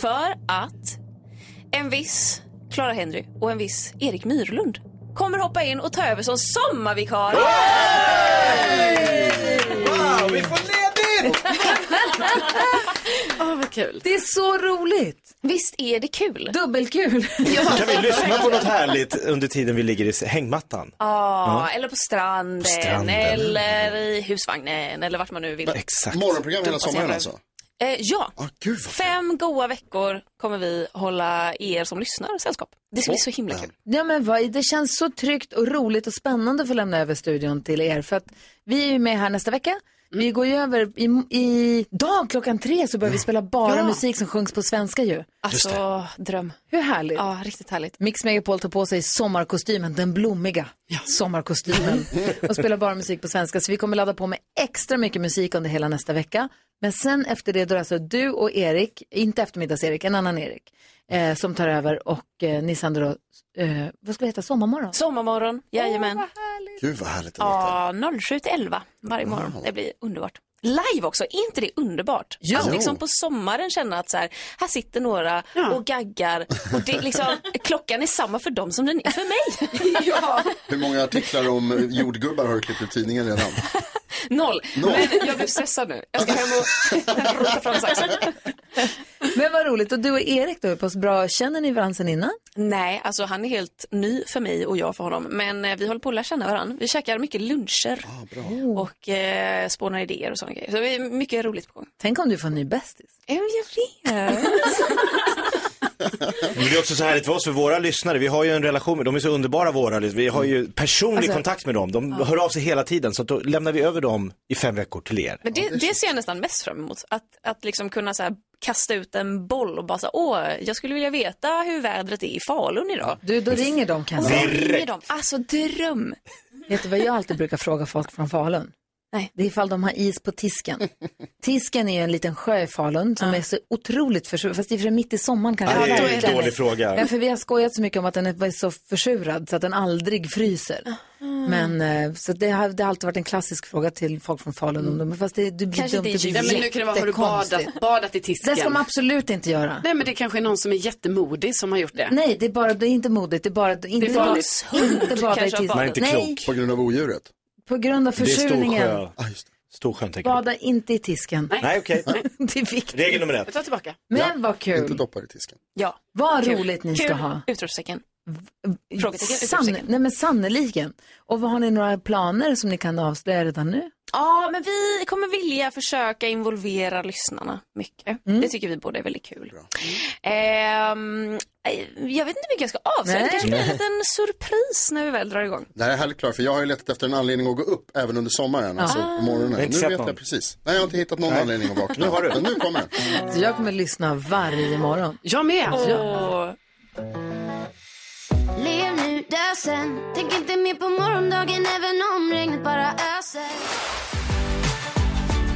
För att en viss Clara Henry och en viss Erik Myrlund kommer hoppa in och ta över som sommarvikarie.
Wow, vi får ledigt!
Åh, vad kul.
Det är så roligt!
Visst är det kul?
Dubbelkul!
Kan vi lyssna på något härligt under tiden vi ligger i s- hängmattan?
Ja,
Ja.
eller på stranden,
På stranden.
eller i husvagnen eller vart man nu vill.
Exakt.
Morgonprogram hela sommaren
Dumpas
alltså?
jävla- Eh, ja.
Gud.
Fem goa veckor kommer vi hålla er som lyssnar sällskap. Det ska bli så himla kul.
Ja, men vad, det känns så tryggt och roligt och spännande att få lämna över studion till er. För att vi är ju med här nästa vecka. Vi går ju över i, i dag klockan tre så börjar vi spela bara
Mm. Ja.
musik som sjungs på svenska ju.
Alltså, dröm.
Hur härligt?
Ja, riktigt härligt.
Mix Megapol tar på sig sommarkostymen, den blommiga sommarkostymen och spelar bara musik på svenska. Så vi kommer ladda på med extra mycket musik under hela nästa vecka. Men sen efter det då är det alltså du och Erik, inte eftermiddags-Erik, en annan Erik, eh, som tar över och eh, ni sänder då, eh, vad ska det heta, sommarmorgon?
Sommarmorgon, jajamän.
Gud vad härligt.
Ja, 07 till 11 varje morgon. Det blir underbart. Live också, är inte det underbart?
Jo.
Att liksom på sommaren känna att så här, här sitter några och gaggar och det är liksom, klockan är samma för dem som den är för mig. ja.
Hur många artiklar om eh, jordgubbar har du klippt ur tidningen redan?
Noll.
Noll.
Men jag blev stressad nu. Jag ska hem och rota fram saxen.
Men vad roligt, och du och Erik då, hur pass bra känner ni varandra sen innan?
Nej, alltså han är helt ny för mig och jag för honom. Men eh, vi håller på att lära känna varandra. Vi käkar mycket luncher
Oh.
och eh, spånar idéer och sådana grejer. Så det är mycket roligt på gång.
Tänk om du får en ny bästis.
Ja, Jag vet.
Men det är också så härligt för oss, för våra lyssnare, vi har ju en relation med dem, de är så underbara våra lyssnare, vi har ju personlig
Alltså-
kontakt med dem, de hör av sig hela tiden, så att då lämnar vi över dem i fem veckor till er.
Men det, det ser jag nästan mest fram emot. Att, att liksom kunna så här kasta ut en boll och bara så här, åh, jag skulle vilja veta hur vädret är i Falun idag.
Du, då ringer de kanske.
Och så ringer de. Alltså dröm.
Vet du vad jag alltid brukar fråga folk från Falun?
Nej.
Det är ifall de har is på Tisken. Tisken är ju en liten sjö i Falun som är så otroligt försurad, fast i och för sig mitt i sommaren kanske.
Ja, det är en
Verkligen.
dålig fråga.
Ja, för vi har skojat så mycket om att den är så försurad så att den aldrig fryser.
Ah.
Men eh, så det har, det har alltid varit en klassisk fråga till folk från Falun om dem. Men Fast det, det blir
Kanske
dumt,
inte i
det
juni. Nej,
blir
men nu kan det vara, har du
jättekonstigt.
badat, badat i tisken?
Det ska man absolut inte göra.
Nej, men det kanske är någon som är jättemodig som har gjort det.
Nej, det är, bara, det är inte modigt. Det är bara inte,
Det är farligt.
inte bada i tisken. Nej,
På grund av odjuret?
på grund av försurningen.
Storsjön tänker jag.
Bada inte i tisken.
Nej, okej.
Det är viktigt.
Regel nummer ett.
tar tillbaka.
Men vad kul.
Inte doppar i tisken.
Ja.
Vad
Kul.
roligt ni ska
Kul.
ha.
Utropstecken. Frågetecken,
Sann,
utropstecken.
nej men sannoliken. Och vad har ni några planer som ni kan avslöja redan nu?
Ja, men vi kommer vilja försöka involvera lyssnarna mycket.
Mm.
Det tycker vi båda är väldigt kul. Ehm, jag vet inte hur mycket jag ska avslöja. Det
Nej.
kanske blir en
Nej.
liten surpris när vi väl drar igång.
Det här är härligt klart för jag har ju letat efter en anledning att gå upp även under sommaren, alltså
Ah.
på
Jag
morgonen.
har
Nu
inte
vet
sett
jag
någon.
precis. Nej, jag har inte hittat någon
Nej.
anledning att vakna.
Nu har du.
Men nu kommer den.
Så jag kommer lyssna varje morgon.
Jag med.
Lev nu, dö sen Tänk inte mer på morgondagen även om regnet bara öser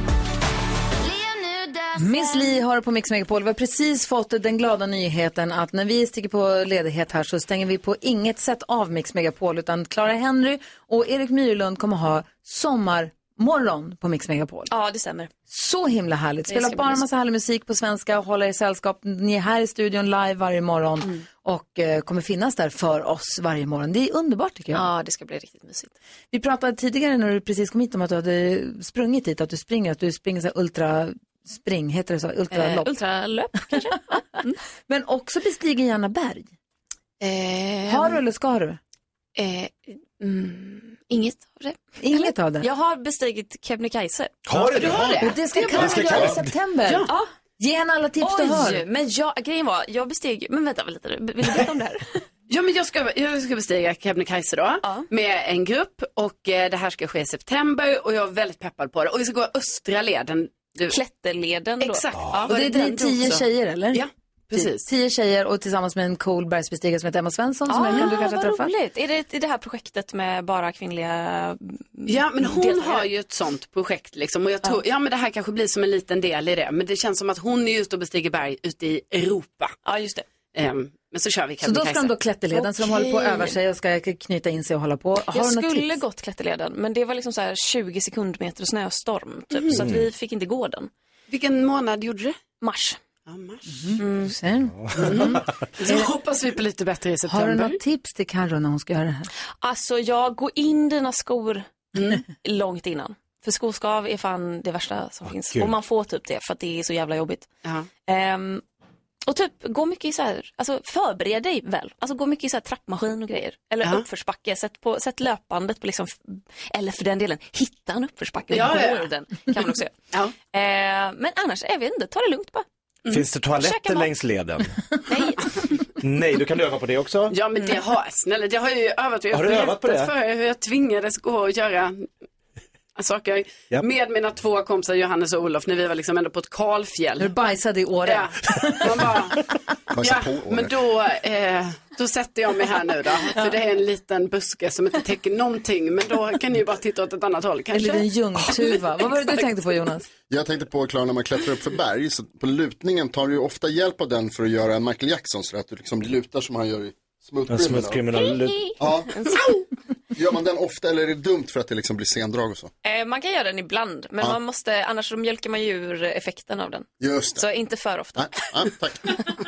Lev nu, dö sen
Miss Li har på Mix Megapol. Vi har precis fått den glada nyheten att när vi sticker på ledighet här så stänger vi på inget sätt av Mix Megapol utan Clara Henry och Erik Myrlund kommer ha sommarmorgon på Mix Megapol.
Ja, det stämmer.
Så himla härligt.
Det
Spela
ska
bara
bli
massa härlig musik på svenska och hålla er sällskap. Ni är här i studion live varje morgon
Mm.
och eh, kommer finnas där för oss varje morgon. Det är underbart tycker jag.
Ja, det ska bli riktigt mysigt.
Vi pratade tidigare när du precis kom hit om att du hade sprungit hit, att du springer, att du springer så här ultra spring, heter det så? Ultralopp. Mm.
Eh, ultralopp kanske.
Men också bestiger gärna berg. Har du eller ska du?
Eh, mm, inget av det.
Inget av det?
Jag har bestigit Kebnekaise.
Har du det?
Du har det?
Och det ska Karin göra i september.
Ja.
Ge henne alla tips
Oj,
du har.
men jag, grejen var, jag besteg, men vänta lite nu, vill du berätta om det här?
Ja, men jag ska, jag ska bestiga Kebnekaise då med en grupp och eh, det här ska ske i september och jag är väldigt peppad på det. Och vi ska gå östra leden. Du...
Klätterleden
då. Exakt. Ja.
Och det är
Den
det tio
också.
tjejer eller?
Ja, precis.
Tio tjejer och tillsammans med en cool bergsbestigare som heter Emma Svensson som jag kan du kanske
Ah, vad
träffa.
roligt. Är det i det här projektet med bara kvinnliga
Ja,
Mm,
men hon
deltagare?
har ju ett sånt projekt liksom. Och jag tror, ja. men det här kanske blir som en liten del i det. Men det känns som att hon är ute och bestiger berg ute i Europa. Ehm,
Ja, just det.
men så kör vi
Så då ska de då klätterleden så de
Okej.
håller på att öva sig och ska knyta in sig och hålla på. Har
jag
du något
skulle
tips?
gått Klätterleden, men det var liksom så här 20 sekundmeter snöstorm, typ,
Mm.
så att vi fick inte gå den.
Vilken månad gjorde du
Mars.
Ja, mars.
Mm. Sen.
Så hoppas vi på lite bättre i
Har du
september.
något tips till Carro när hon ska göra det här?
Alltså, jag går in dina skor
Mm.
långt innan. För skoskav är fan det värsta som finns.
kul.
Och man får typ det för att det är så jävla jobbigt.
Ja.
Ehm, och typ gå mycket i så här, alltså förbered dig väl. Alltså gå mycket i så här trappmaskin och grejer. Eller
Ja.
uppförsbacke, sätt, på, sätt löpandet på liksom, eller för den delen, hitta en uppförsbacke och
Ja,
gå
ja.
i den. Kan man också göra. Ehm, men annars, jag vet inte, ta det lugnt bara.
Finns det
Käka
toaletter
mat.
längs leden? Nej. Nej, du kan öva på det också. Mm.
Ja, men det har,
Mm.
snälla, det har jag ju övat på. Jag
Har du
berättat
övat på det?
för er hur jag tvingades gå och göra saker
Japp.
med mina två kompisar Johannes och Olof när vi var liksom ändå på ett kalfjäll.
När du bajsade i Åre?
Ja, man bara, ja men då, eh, då sätter jag mig här nu då. För det är en liten buske som inte täcker någonting. Men då kan ni ju bara titta åt ett annat håll
En
kanske.
liten ljungtuva. Vad var det du
Exakt.
tänkte på Jonas?
Jag tänkte på Klara, när man klättrar upp för berg, så på lutningen tar du ju ofta hjälp av den för att göra en Michael Jackson, så att du liksom lutar som han gör i Smooth
En
Criminal.
Smooth Criminal.
Ja. Gör man den ofta eller är det dumt för att det liksom blir sendrag och så?
Ehm, man kan göra den ibland, men
Ja.
man måste, annars så mjölkar man ju ur effekten av den.
Just
Så inte för ofta.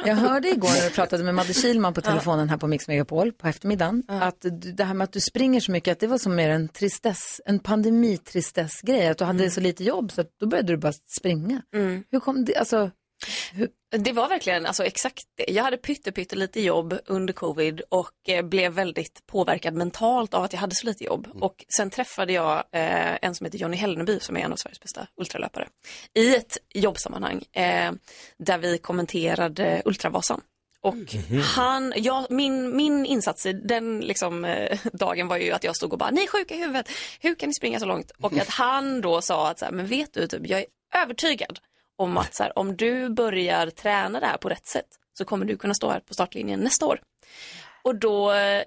Jag hörde igår när du pratade med Madde Kilman på telefonen här på Mix Megapol på eftermiddagen att du- det här med att du springer så mycket, att det var som mer en tristess, en pandemitristessgrej, att du hade så lite jobb så att då började du bara springa. Hur kom det, alltså,
Det var verkligen alltså, exakt det. Jag hade pytte, pytte lite jobb under covid och eh, blev väldigt påverkad mentalt av att jag hade så lite jobb. Och sen träffade jag eh, en som heter Johnny Hellneby som är en av Sveriges bästa ultralöpare i ett jobbsammanhang eh, där vi kommenterade Ultravasan. Och
Mm-hmm.
Mm.
han, jag, min, min insats i den liksom, eh, dagen var ju att jag stod och bara, ni är sjuka i huvudet, hur kan ni springa så långt? Och att han då sa att, så här, men vet du, typ, jag är övertygad om att så här, om du börjar träna det här på rätt sätt så kommer du kunna stå här på startlinjen nästa år. Och då eh,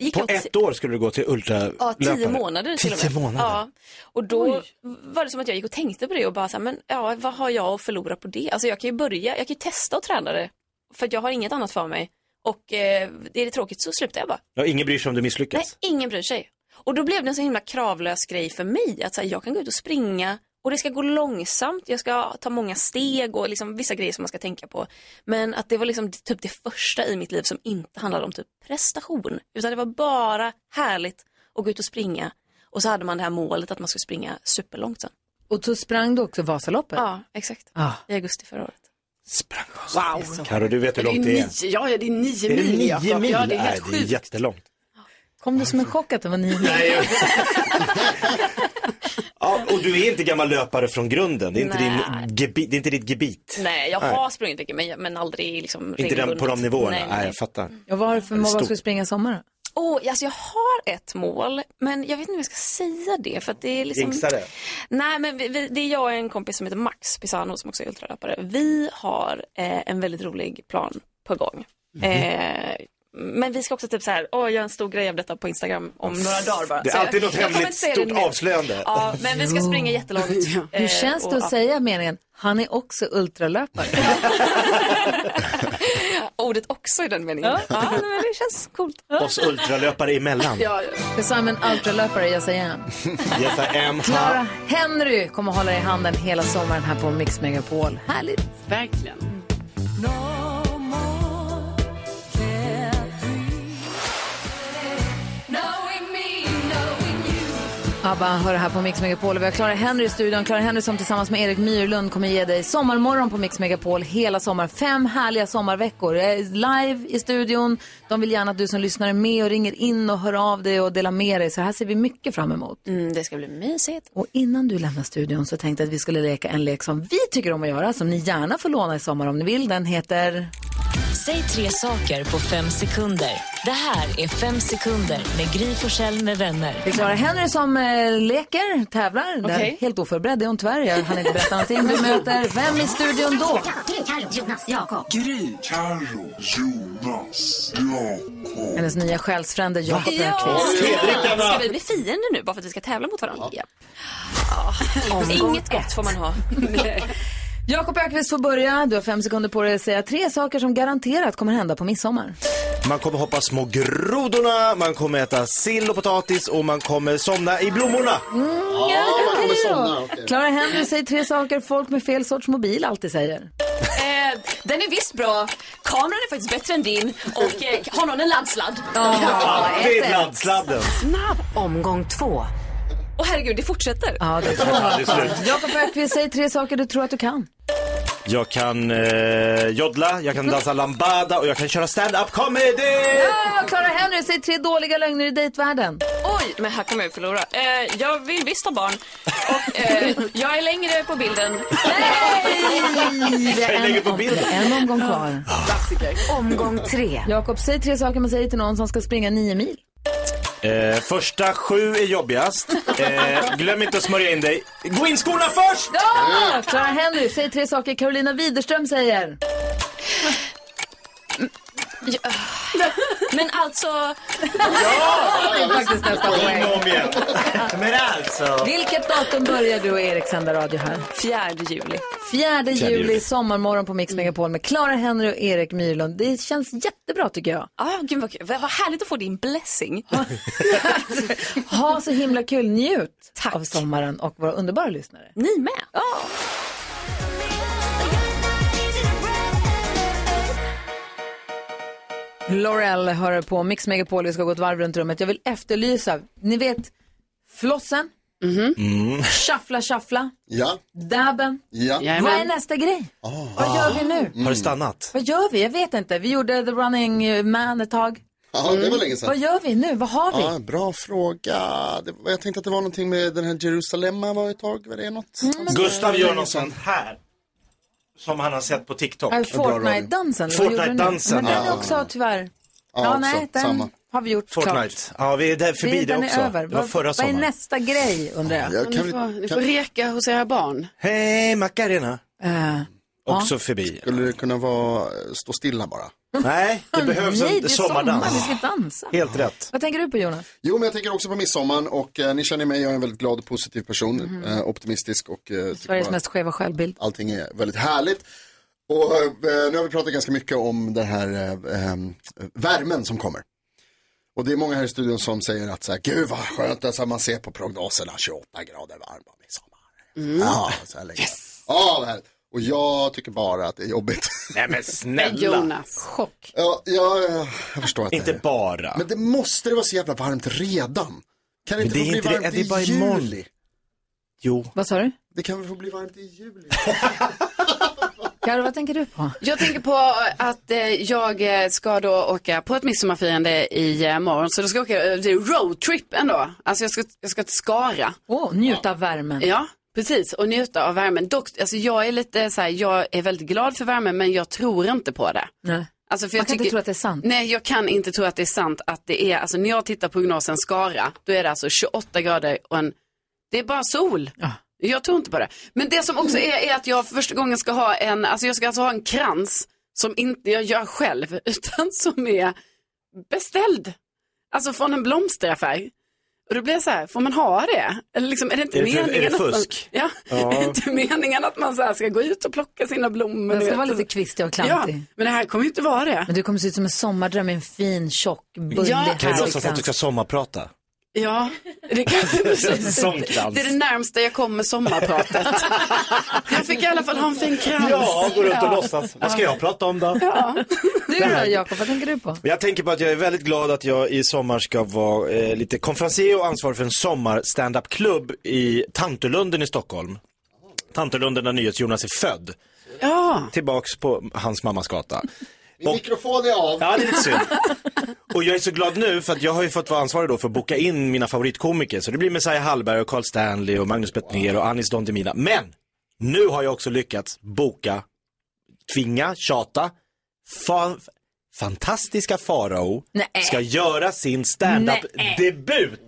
gick
På
jag åt-
ett år skulle du gå till ultralöpare.
Ja, tio månader till och med.
Tio månader.
Ja. Och då var det som att jag gick och tänkte på det och bara så här, men ja, vad har jag att förlora på det? Alltså jag kan ju börja, jag kan ju testa att träna det. För att jag har inget annat för mig. Och eh, är det tråkigt så slutar jag bara.
Ja, ingen bryr sig om du misslyckas.
Nej, ingen bryr sig. Och då blev det en så himla kravlös grej för mig. Att så här, jag kan gå ut och springa och det ska gå långsamt. Jag ska ta många steg och liksom vissa grejer som man ska tänka på. Men att det var liksom typ det första i mitt liv som inte handlade om typ prestation. Utan det var bara härligt att gå ut och springa. Och så hade man det här målet att man skulle springa superlångt sen.
och så sprang du också Vasaloppet?
Ja, exakt.
Ah.
I augusti förra året.
Wow.
Karo, du vet hur långt det är.
nio- Ja, ja, det är nio
Är det
mil.
nio
Jakob.
mil?
Ja, det är helt
Nej, det är
sjukt.
jättelångt.
Kom det som en chock att det var nio mil?
Ja, och du är inte gammal löpare från grunden. Det är inte,
Nej.
din gebi, det är inte ditt gebit.
Nej, jag
Nej.
har sprungit mycket men, men aldrig liksom
Inte den, på de
regelbundet.
nivåerna.
Nej, nej,
Nej,
nej. Mm.
jag fattar.
Och vad har du för
Det är
mål? Vad
stort.
ska du springa i sommar då?
Åh, alltså jag har ett mål, men jag vet inte om jag ska säga det för att det är liksom...
Jinxa det.
Nej, men vi, vi, det är jag och en kompis som heter Max Pisano som också är ultralöpare. Vi har eh, en väldigt rolig plan på gång. Eh, men vi ska också typ så här, åh, göra en stor grej av detta på Instagram om några dagar bara.
Det är
Så jag-
alltid något
jag kommer
hemligt
inte säga
stort
det nu.
avslöjande.
Ja, men vi ska
Jo.
springa jättelångt. Eh,
Hur känns det att säga meningen, han är också ultralöpare?
Ordet också i den meningen. Ja, nej, men det känns coolt.
Oss ultralöpare emellan.
Det sa en ultralöpare, jag säger han.
Yes, I am.
Clara Henry kommer hålla i handen hela sommaren här på Mix Megapol. Härligt!
Verkligen.
ABBA hör här på Mix Megapol och vi har Clara Henry i studion. Clara Henry som tillsammans med Erik Myrlund kommer ge dig sommarmorgon på Mix Megapol hela sommaren. Fem härliga sommarveckor. Jag är live i studion. De vill gärna att du som lyssnar är med och ringer in och hör av dig och delar med dig. Så här ser vi mycket fram emot.
Mm, det ska bli mysigt.
Och innan du lämnar studion så tänkte jag att vi skulle leka en lek som vi tycker om att göra, som ni gärna får låna i sommar om ni vill. Den heter...
Säg tre saker på fem sekunder. Det här är Fem sekunder med Gry Forssell med vänner.
Det är Clara Henry som eh, leker, tävlar. Där,
Okej.
helt oförberedd är hon tyvärr. Jag hann inte berätta någonting. Du möter vem i studion då?
Gry, Carro, Jonas, Jakob. Gry, Carro, Jonas, Jakob.
Hennes nya själsfrände Jakob Öqvist.
Ska vi bli fiender nu bara för att vi ska tävla mot varandra? Ja. Inget gott får man ha.
Jakob Öqvist får börja. Du har fem sekunder på dig att säga tre saker som garanterat kommer hända på midsommar. Mm,
Man kommer hoppa små grodorna, man kommer äta sill och potatis och man kommer somna i blommorna.
man
kommer
somna, Clara Henry säger tre saker folk med fel sorts mobil alltid säger.
Eh, den är visst bra. Kameran är faktiskt bättre än din. Och eh, har någon en landsladd?
Alltid landsladden.
Snabb omgång två. Åh herregud, det fortsätter.
Ja, det
Ja, det är slut.
Jakob Öqvist säger tre saker du tror att du kan.
Jag kan eh, joddla, jag kan dansa lambada och jag kan köra stand-up comedy!
Ja, Clara Henry säger tre dåliga lögner i dejtvärlden.
Oj, men här kommer jag förlora. Eh, jag vill visst ha barn. Och, eh, jag är längre på bilden.
Nej! Det är en, om, det är en omgång kvar.
Omgång tre.
Jakob, säg tre saker man säger till någon som ska springa nio mil.
Eh, första sju är jobbigast. Eh, glöm inte att smörja in dig. Gå in skorna först!
Ja! Clara Henry, säg tre saker Carolina Widerström säger.
Mm. Men alltså...
Det är faktiskt nästa poäng.
Kom igen. Men alltså.
Vilket datum börjar du och Erik sända radio här?
Fjärde juli.
Fjärde
Fjärde
juli,
juli.
sommarmorgon på
Mm.
Mix Megapol med Clara Henry och Erik Myrlund. Det känns jättebra tycker jag.
Ah, gud vad, kul. vad vad härligt att få din blessing.
Ha så himla kul, njut av sommaren och våra underbara lyssnare.
Ni med.
Laurel hör på Mix Megapol, vi ska gå ett varv runt rummet. Jag vill efterlysa, ni vet flossen,
Mhm.
shuffla shuffla,
Ja,
dabben.
ja.
Vad är nästa grej?
Ah.
Vad gör vi nu?
Har det stannat?
Vad gör vi? Jag vet inte. Vi gjorde The Running Man ett tag. Mm.
Ja, det var länge sedan. Ah.
Vad gör vi nu? Vad har vi?
Ja, bra fråga. Det, jag tänkte att det var någonting med den här Jerusalemma var ett tag. Var det något?
Mm,
Gustav gör något sånt här. Som han har sett på TikTok.
Äh, Fortnite-dansen? eller vad gjorde du nu?
Fortnite-dansen.
Men den är också tyvärr... Ja, nej, den har vi gjort klart.
Fortnite. Ja, vi är där förbi
Det-
det,
den är
också.
över.
Det var
Vad-
förra
vad är
sommaren.
nästa grej, undrar jag?
Ja, kan
ni,
vi-
får, ni
kan-
får reka hos era barn.
Hej, Macarena.
Eh,
Också förbi.
Skulle det kunna vara eh, stå stilla bara?
Nej, det behövs
Nej,
en
det är sommar.
sommardans.
Vi ska dansa.
Helt rätt.
Vad tänker du på, Jonas?
Jo, men jag tänker också på midsommar och eh, ni känner mig, jag är en väldigt glad och positiv person. Eh, optimistisk och eh, tycker
Mhm. Sveriges
bara-
mest skeva självbild.
Allting är väldigt härligt. Och eh, nu har vi pratat ganska mycket om den här eh, eh, värmen som kommer. Och det är många här i studion som säger att så här, gud vad skönt, alltså, man ser på prognoserna 28 grader varmt på
liksom.
midsommar. Ja, så här länge. Mm. Ja, vad härligt. Och jag tycker bara att det är jobbigt.
Nej men
Chock.
Ja, ja, ja, jag förstår att
Inte
det är.
bara.
Men det måste det vara så jävla varmt redan. Kan det
Men
inte
det är
få bli
inte det,
varmt
det är
i
bara
juli?
imorgon. Jo.
Vad sa du?
Det kan väl få bli varmt i juli?
Karo, vad tänker du på?
Jag tänker på att eh, jag eh, ska då åka på ett midsommarfirande i eh, morgon. Så då ska jag åka, eh, det är roadtrip ändå. Alltså jag ska, jag ska till Skara.
Åh, njuta av värmen.
Ja, precis. Och njuta av värmen. Dock, alltså jag är lite så här, jag är väldigt glad för värmen men jag tror inte på det.
Nej.
Alltså för
Man
jag
kan inte
tycker-
tro att det är sant.
Nej, jag kan inte tro att det är sant att det är, alltså när jag tittar på prognosen Skara, då är det alltså 28 grader och en, det är bara sol. Jag tror inte på det. Men det som också är, är att jag för första gången ska ha en, alltså jag ska alltså ha en krans som inte jag gör själv, utan som är beställd. Alltså från en blomsteraffär. Och då blir jag så här, får man ha det? Eller liksom, är det inte
Är det för- är det
meningen att man,
fusk?
ja,
Ja.
Är det inte meningen att man så här ska gå ut och plocka sina blommor?
Den
du
ska
vet? alltså.
vara lite kvistig och klantig.
Ja, men det här kommer ju inte vara det.
Men du kommer se ut som en sommardröm i en fin, tjock, bullig
Ja.
Kan du låtsas
liksom.
att du ska sommarprata?
Ja, det kanske precis.
Sån krans.
Det är det närmsta jag kommer sommarpratet. Jag fick i alla fall ha en fin krans.
Ja, gå runt och
Ja.
låtsas. Vad ska jag prata om då?
Du då Jakob, vad tänker du på?
Jag tänker på att jag är väldigt glad att jag i sommar ska vara eh, lite konferencier och ansvarig för en sommar stand-up klubb i Tantolunden i Stockholm. Tantolunden där NyhetsJonas är född.
Ja.
Tillbaks på hans mammas gata. Och,
Mikrofonen är av.
ja, det är lite synd. och jag är så glad nu för att jag har ju fått vara ansvarig då för att boka in mina favoritkomiker. Så det blir Messiah Hallberg och Carl Stanley och Magnus Bettner och Anis Don Demina. Men nu har jag också lyckats boka, tvinga, tjata. Fan, fantastiska Farao
Nej.
ska göra sin standup-debut.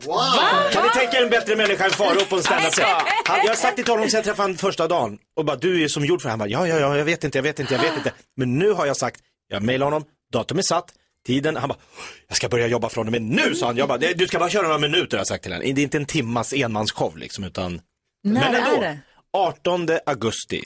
Kan ni tänka er en bättre människa än Farao på en standup-scen? Han- Jag har sagt till honom sen jag träffade honom första dagen och bara du är som gjord för det. Han bara ja, ja, ja, jag vet inte, jag vet inte, jag vet inte. Men nu har jag sagt, jag mejlar honom, datum är satt, tiden, han bara jag ska börja jobba från och med nu sa han. Jag bara, "Det- du ska bara köra några minuter har jag sagt till henne. Det är inte en timmas enmansshow liksom utan
När
Men ändå.
är det?
18 augusti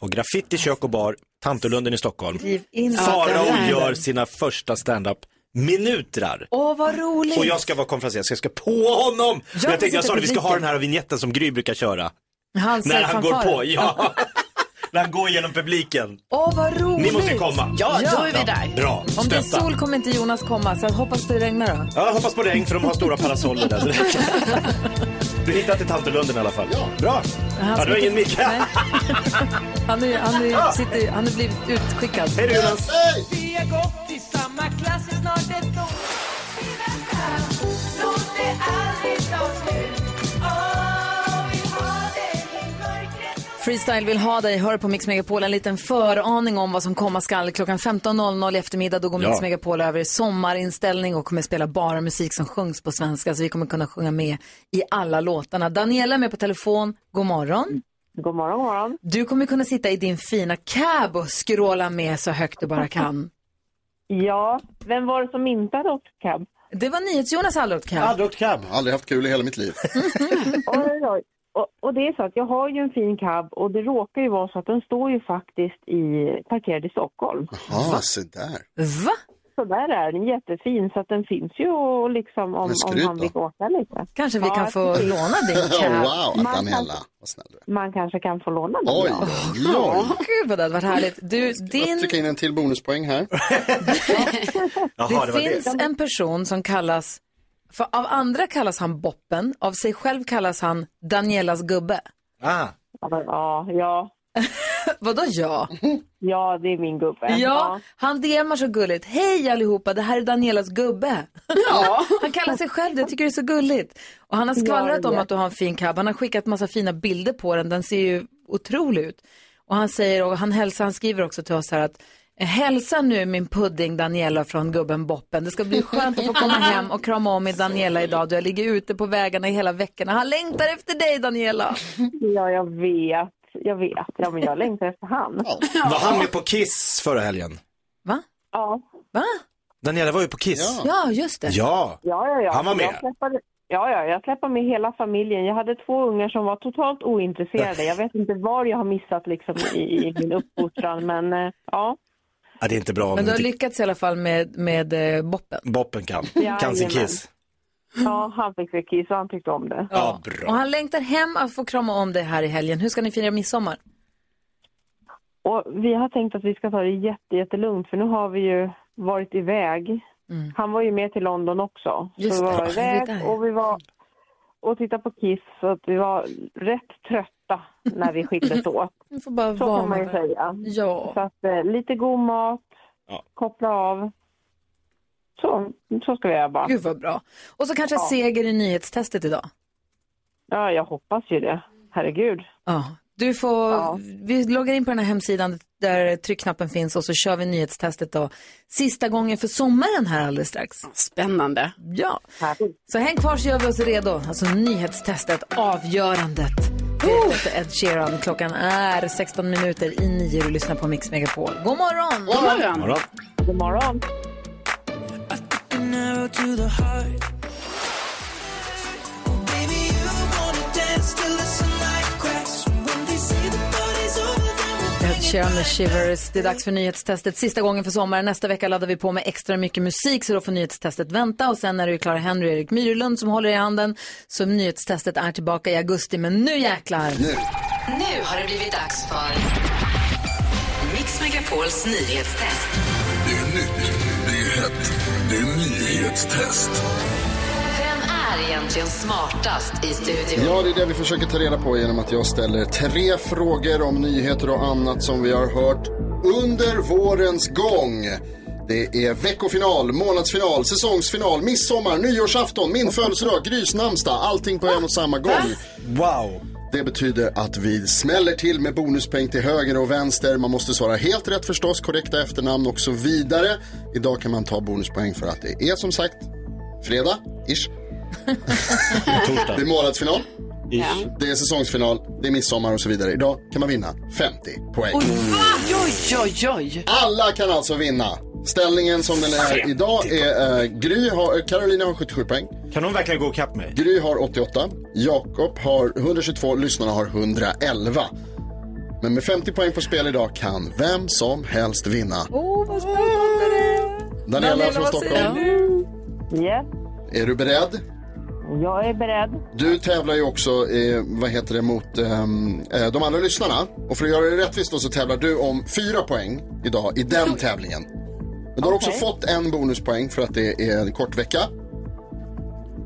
på Graffiti kök och bar, Tantolunden i Stockholm.
Skriv in att det
Farao
är.
gör sina första standup minutrar.
Åh, vad roligt.
Och jag ska vara konferencier, så jag ska på honom! Men jag
sitter
tänkte, jag sa det, vi ska ha
publiken.
den här vignetten som Gry brukar köra.
Han
när
säger
han
fanfaren.
går på, ja. när han går genom publiken.
Åh, vad roligt.
Ni måste komma. Bra,
Om det är
stötta.
sol kommer inte Jonas komma, så jag hoppas det regnar då.
Ja, jag hoppas på regn för de har stora parasoller där. så det- Du hittar till Tantolunden i alla fall. Bra! Ja, du har ingen mick.
Nej. Han, är, han, är, sitter, han har blivit utskickad.
Hej då, Jonas.
Vi har gått i samma klass i snart ett år. Freestyle vill ha dig, hör på Mix Megapol. En liten föraning om vad som komma skall. Klockan 15.00 i eftermiddag då går
Ja.
Mix Megapol över i sommarinställning och kommer spela bara musik som sjungs på svenska. Så vi kommer kunna sjunga med i alla låtarna. Daniela är med på telefon. God morgon.
God morgon, god morgon.
Du kommer kunna sitta i din fina cab och skråla med så högt du bara kan.
Ja, vem var det som inte hade åkt cab?
Det var NyhetsJonas aldrig åkt cab.
Aldrig åkt cab.
Aldrig haft kul i hela mitt liv.
Mm.
Oj, oj. Och, och det är så att jag har ju en fin cab och det råkar ju vara så att den står ju faktiskt i, parkerad i Stockholm.
Ja, se där.
Va?
Så där är den jättefin så att den finns ju och liksom om,
Men skryt
om han vill åka lite.
Kanske vi
Ja,
kan
jag
få
tycker-
låna din cab.
wow,
Man
Daniela.
kanske-
Vad snäll du är.
Man kanske kan få låna den.
Oj,
då.
oj, oj.
Gud vad det hade varit härligt. Du,
Jag
din,
trycker in en till bonuspoäng här.
det finns en person som kallas, för av andra kallas han Boppen, av sig själv kallas han Danielas gubbe.
Ah.
Ja, ja.
Vadå ja?
Ja, det är min gubbe.
Ja, han DMar så gulligt. Hej allihopa, det här är Danielas gubbe.
Ja.
Han kallar sig själv det, jag tycker det är så gulligt. Och han har skvallrat
Ja, det är.
om att du har en fin cab. Han har skickat massa fina bilder på den, den ser ju otrolig ut. Och han säger, och han hälsar, han skriver också till oss här att Hälsa nu min pudding Daniela från gubben Boppen. Det ska bli skönt att få komma hem och krama om i Daniela idag. Du, Jag ligger ute på vägarna hela veckan och han längtar efter dig Daniela.
Ja, jag vet. Jag vet. Ja, men jag längtar efter han.
Var han med på Kiss förra helgen?
Ja.
Va?
Daniela var ju på Kiss.
Ja, just det.
Ja.
Ja, ja, ja.
Han var med.
Jag släppade, ja, ja, jag släppade med hela familjen. Jag hade två ungar som var totalt ointresserade. Jag vet inte var jag har missat liksom, i, i min uppfostran, men eh, ja.
Ja, det är inte bra om
Men du har
inte
lyckats i alla fall med, med eh, Boppen.
Boppen kan.
Ja,
Kan sin
jajamän.
Kiss.
ja, han fick sig kiss och han tyckte om det.
Ja, bra.
Och han längtar hem att få krama om dig här i helgen. Hur ska ni fira midsommar?
Och vi har tänkt att vi ska ta det jätte, jättelugnt, för nu har vi ju varit iväg. Han var ju med till London också.
Just
så vi
det,
var
det
iväg
där.
och vi var... och tittade på Kiss så att vi var rätt trötta när vi skildes åt.
Vi får bara
så
vara
kan man ju
med varandra.
säga.
Ja.
Så att, eh, lite god mat, koppla av. Så, så ska vi göra bara.
Gud vad bra. Och så kanske en seger i nyhetstestet idag.
Ja, jag hoppas ju det. Herregud.
Ja. Du får, vi loggar in på den här hemsidan där tryckknappen finns och så kör vi nyhetstestet då. Sista gången för sommaren här alldeles strax.
Spännande.
Ja. Så häng kvar så gör vi oss redo. Alltså nyhetstestet, avgörandet. Direkt efter Ed Sheeran. Klockan är 16 minuter i nio och du lyssnar på Mix Megapol. God morgon!
God morgon. morgon.
God morgon.
Ed Sheeran med Shivers. Det är dags för nyhetstestet. Sista gången för sommaren. Nästa vecka laddar vi på med extra mycket musik så då får nyhetstestet vänta. Och sen är det ju Clara Henry och Erik Myrlund som håller i handen. Så nyhetstestet är tillbaka i augusti. Men nu jäklar!
Nu har det blivit dags för Mix Megapols nyhetstest.
Det är nytt, det är hett, det är nyhetstest.
Vem är egentligen smartast i studion?
Ja, det är det vi försöker ta reda på genom att jag ställer tre frågor om nyheter och annat som vi har hört under vårens gång. Det är veckofinal, månadsfinal, säsongsfinal, midsommar, nyårsafton, min födelsedag, Grys namnsdag, allting på en och samma gång.
Wow!
Det betyder att vi smäller till med bonuspeng till höger och vänster. Man måste svara helt rätt förstås, korrekta efternamn och så vidare. Idag kan man ta bonuspoäng för att det är som sagt fredag, ish. Det är månadsfinal. Det är säsongsfinal, det är midsommar och så vidare. Idag kan man vinna 50 poäng.
Oj, oj, oj.
Alla kan alltså vinna. Ställningen som den är idag är eh, Gry har, Carolina har 77 poäng.
Kan hon verkligen gå ikapp mig?
Gry har 88, Jakob har 122, lyssnarna har 111. Men med 50 poäng på spel idag kan vem som helst vinna.
Åh, vad spännande det är.
Daniela från
vad säger
Stockholm.
du?
Yes,
Är du beredd?
jag är beredd.
Du tävlar ju också, eh, vad heter det, mot ehm, eh, de andra lyssnarna. Och för att göra det rättvist då så tävlar du om fyra poäng idag i den tävlingen. Men du har också
Okej.
fått en bonuspoäng för att det är en kort vecka.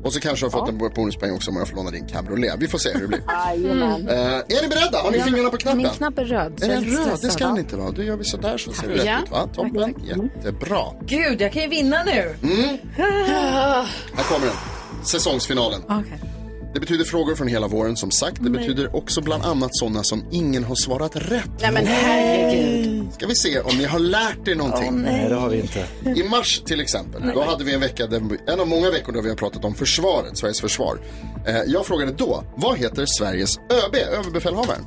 Och så kanske du har fått en bonuspoäng också om jag får låna din cabriolet. Vi får se hur det blir.
Jajamän.
Eh, är ni beredda? Har ni
Ja,
fingrarna på knappen?
min knapp
är röd.
så
Är
jag är
den
lite
röd? Det ska
stressad,
den
ja.
inte vara. Då gör vi sådär så ser det
Ja.
rätt ut va? Toppen. Jättebra.
Gud, jag kan ju vinna nu.
Mm. Här kommer den. Säsongsfinalen.
Ah,
Det betyder frågor från hela våren som sagt. Det
Nej.
betyder också bland annat sådana som ingen har svarat rätt
Nej men herregud.
Ska vi se om ni har lärt er någonting?
Nej, det har vi inte.
I mars till exempel, då hade vi en vecka, där, en av många veckor där vi har pratat om försvaret, Sveriges försvar. Eh, jag frågade då, vad heter Sveriges ÖB, överbefälhavaren?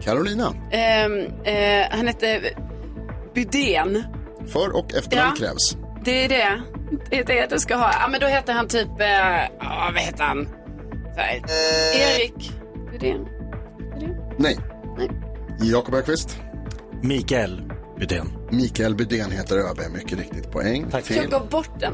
Carolina.
Ehm, eh, han hette Bydén.
För och efternamn
Ja.
krävs.
Det är det. Det är det du ska ha. Ja, men då heter han typ... Eh, ja, vad heter han? Så här, Erik Bydén.
Nej. Jakob Öqvist.
Mikael Bydén.
Mikael Bydén heter ÖB, mycket riktigt. Poäng Tack. till
Jag gav bort den.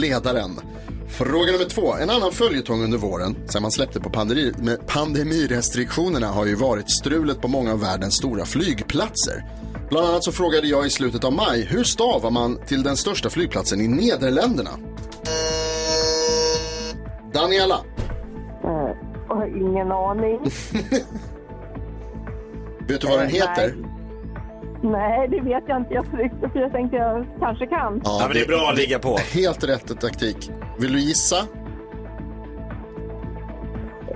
ledaren. Fråga nummer två. En annan följetong under våren, sen man släppte på pandemi, med pandemirestriktionerna, har ju varit strulet på många av världens stora flygplatser. Bland annat så frågade jag i slutet av maj, hur stavar man till den största flygplatsen i Nederländerna? Daniela.
Eh, Jag har ingen aning.
Vet du vad den
Eh,
heter?
Nej, det vet jag inte. Jag tryckte för jag tänkte jag kanske kan.
Ja, men det är bra att ligga på.
Helt rätt taktik. Vill du gissa?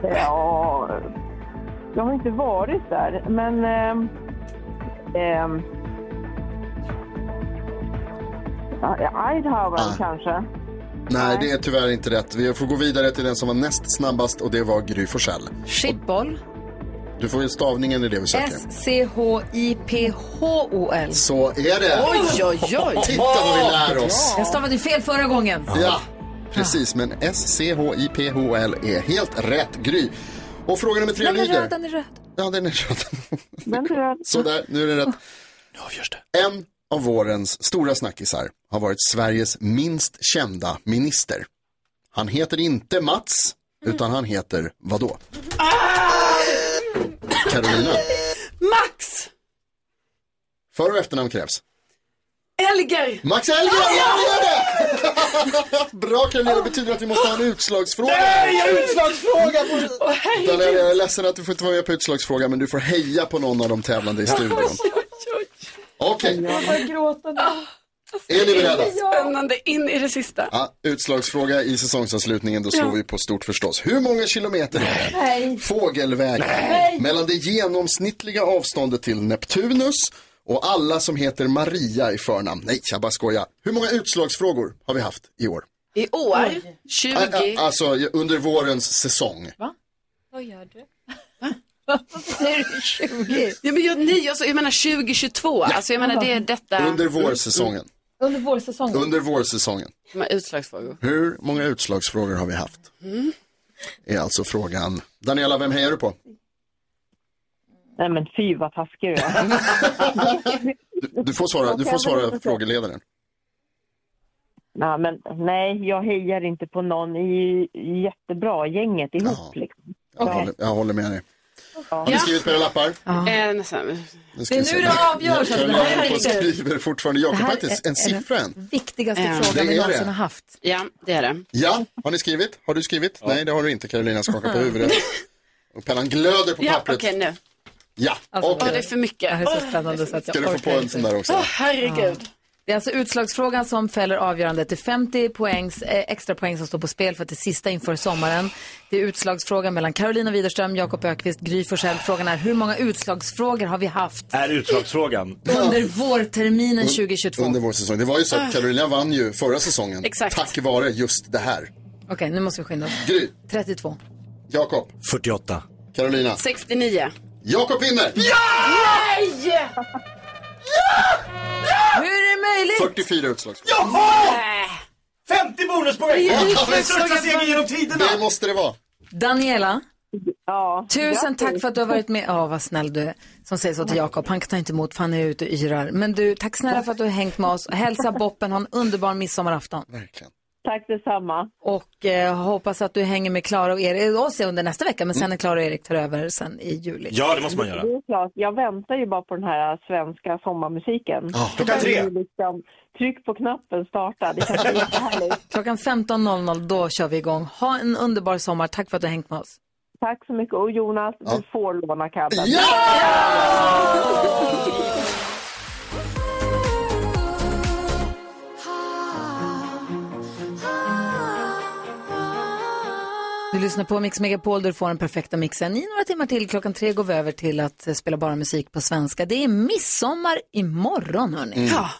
Ja, jag har inte varit där, men... ehm, ehm, ja, Eidhaven
Ah.
kanske.
Nej, det är tyvärr inte rätt. Vi får gå vidare till den som var näst snabbast och det var Gry Forssell.
Shitboll.
Du får ju stavningen i det vi söker.
S-C-H-I-P-H-O-L.
Så är det.
Oj, oj, oj.
Titta vad vi lär oss.
Jag stavade ju fel förra gången.
Ja, precis. Men S-C-H-I-P-H-L är E. helt rätt. Gry. Och fråga nummer tre
Den är
lyder.
röd, den är röd.
Ja, den är röd. Sådär, nu är det rätt. Nu avgörs det. En av vårens stora snackisar har varit Sveriges minst kända minister. Han heter inte Mats, utan han heter vadå? Carolina.
Max!
För och efternamn krävs.
Elger!
Max Elger, ja, det är det! Bra Karolina, det betyder att vi måste ha en utslagsfråga.
utslagsfråga på...
Dahlia, jag är ledsen att du får inte vara med på utslagsfrågan, men du får heja på någon av de tävlande i studion. Okej,
Jag börjar gråta nu.
Är ni beredda?
Spännande in i det sista.
ja, utslagsfråga i säsongsavslutningen, då slår vi på stort förstås. Hur många kilometer är det?
Nej.
Fågelväg
Nej.
mellan det genomsnittliga avståndet till Neptunus och alla som heter Maria i förnamn. Nej, jag bara skojar. Hur många utslagsfrågor har vi haft i år?
I år, 20.
Ä- ä- Alltså under vårens säsong.
Vad gör du?
Varför säger du 20? Ja, men jag, nej, alltså, jag menar 2022. Alltså, jag menar det är detta. Mm.
Under vårsäsongen.
Under vårsäsongen.
Under vårsäsongen.
De här utslagsfrågor.
Hur många utslagsfrågor har vi haft?
Mm.
Är alltså frågan. Daniela, vem hejar du på?
Nej men fy vad taskig du är.
Du, du får svara, du får svara frågeledaren.
Nej, men, nej, jag hejar inte på någon i jättebra gänget ihop. Liksom.
Jag, håller, jag håller med dig. Har ni
Ja.
skrivit på era lappar?
Eh, nästan.
Nu ska
Det är
vi se.
nu det avgörs,
Jag- jag-
alltså, det här är
jag
riktigt.
skriver fortfarande. Jakob
Det här
har inte ens en
är- är-
siffra än.
Viktigaste
Ja.
frågan
Det är
vi någonsin
det.
har haft.
Ja, det är det.
Ja, har ni skrivit? Har du skrivit? Nej, det har du inte. Karolina skakar på huvudet. Och pennan glöder på
Ja, okej
pappret.
nu.
Ja,
Alltså,
Åh,
okej.
det är för mycket.
Alltså, Det här är så spännande så att jag
Ska du få på
orkar
en sån där också?
Åh, herregud.
Det är alltså utslagsfrågan som fäller avgörandet. Det är 50 poängs, eh, extra poäng som står på spel för att det är sista inför sommaren. Det är utslagsfrågan mellan Carolina Widerström, Jakob Ökvist, Gry Forssell. Frågan är hur många utslagsfrågor har vi haft
Är utslagsfrågan.
under
Mm.
vårterminen 2022?
Under vår säsong. Det var ju så
Ah.
att Carolina vann ju förra säsongen.
Exakt.
Tack vare just det här.
Okej, nu måste vi skynda oss.
Gry,
32.
Jakob.
48.
Carolina.
69.
Jakob vinner!
Nej!
Hur är det möjligt?
44 utslagsfrågor.
Jaha! 50 bonuspoäng!
Det är ju
Det är största
utslagsfrågan.
segern genom tiderna!
Det måste det vara.
Daniela, tusen
grattis.
tack för att du har varit med. Ja, vad snäll du är som säger så till Jakob. Han kan ta inte emot för han är ute och yrar. Men du, tack snälla för att du har hängt med oss. Hälsa Boppen, ha en underbar midsommarafton.
Verkligen.
Tack detsamma.
Och eh, hoppas att du hänger med Klara och Erik, eh, oss under nästa vecka, men sen när Klara och Erik tar över sen i juli.
Mm. Ja, det måste man göra.
Det är klart, jag väntar ju bara på den här svenska sommarmusiken.
Ja, klockan tre.
Det är ju Liksom, tryck på knappen, starta. Det kanske är jättehärligt.
Klockan 15.00, då kör vi igång. Ha en underbar sommar. Tack för att du har hängt med oss.
Tack så mycket. Och Jonas, du får låna cabben.
Du lyssnar på Mix Megapol där du får den perfekta mixen. I några timmar till, klockan tre går vi över till att eh, spela bara musik på svenska. Det är midsommar imorgon, hörni.
Mm. Ja.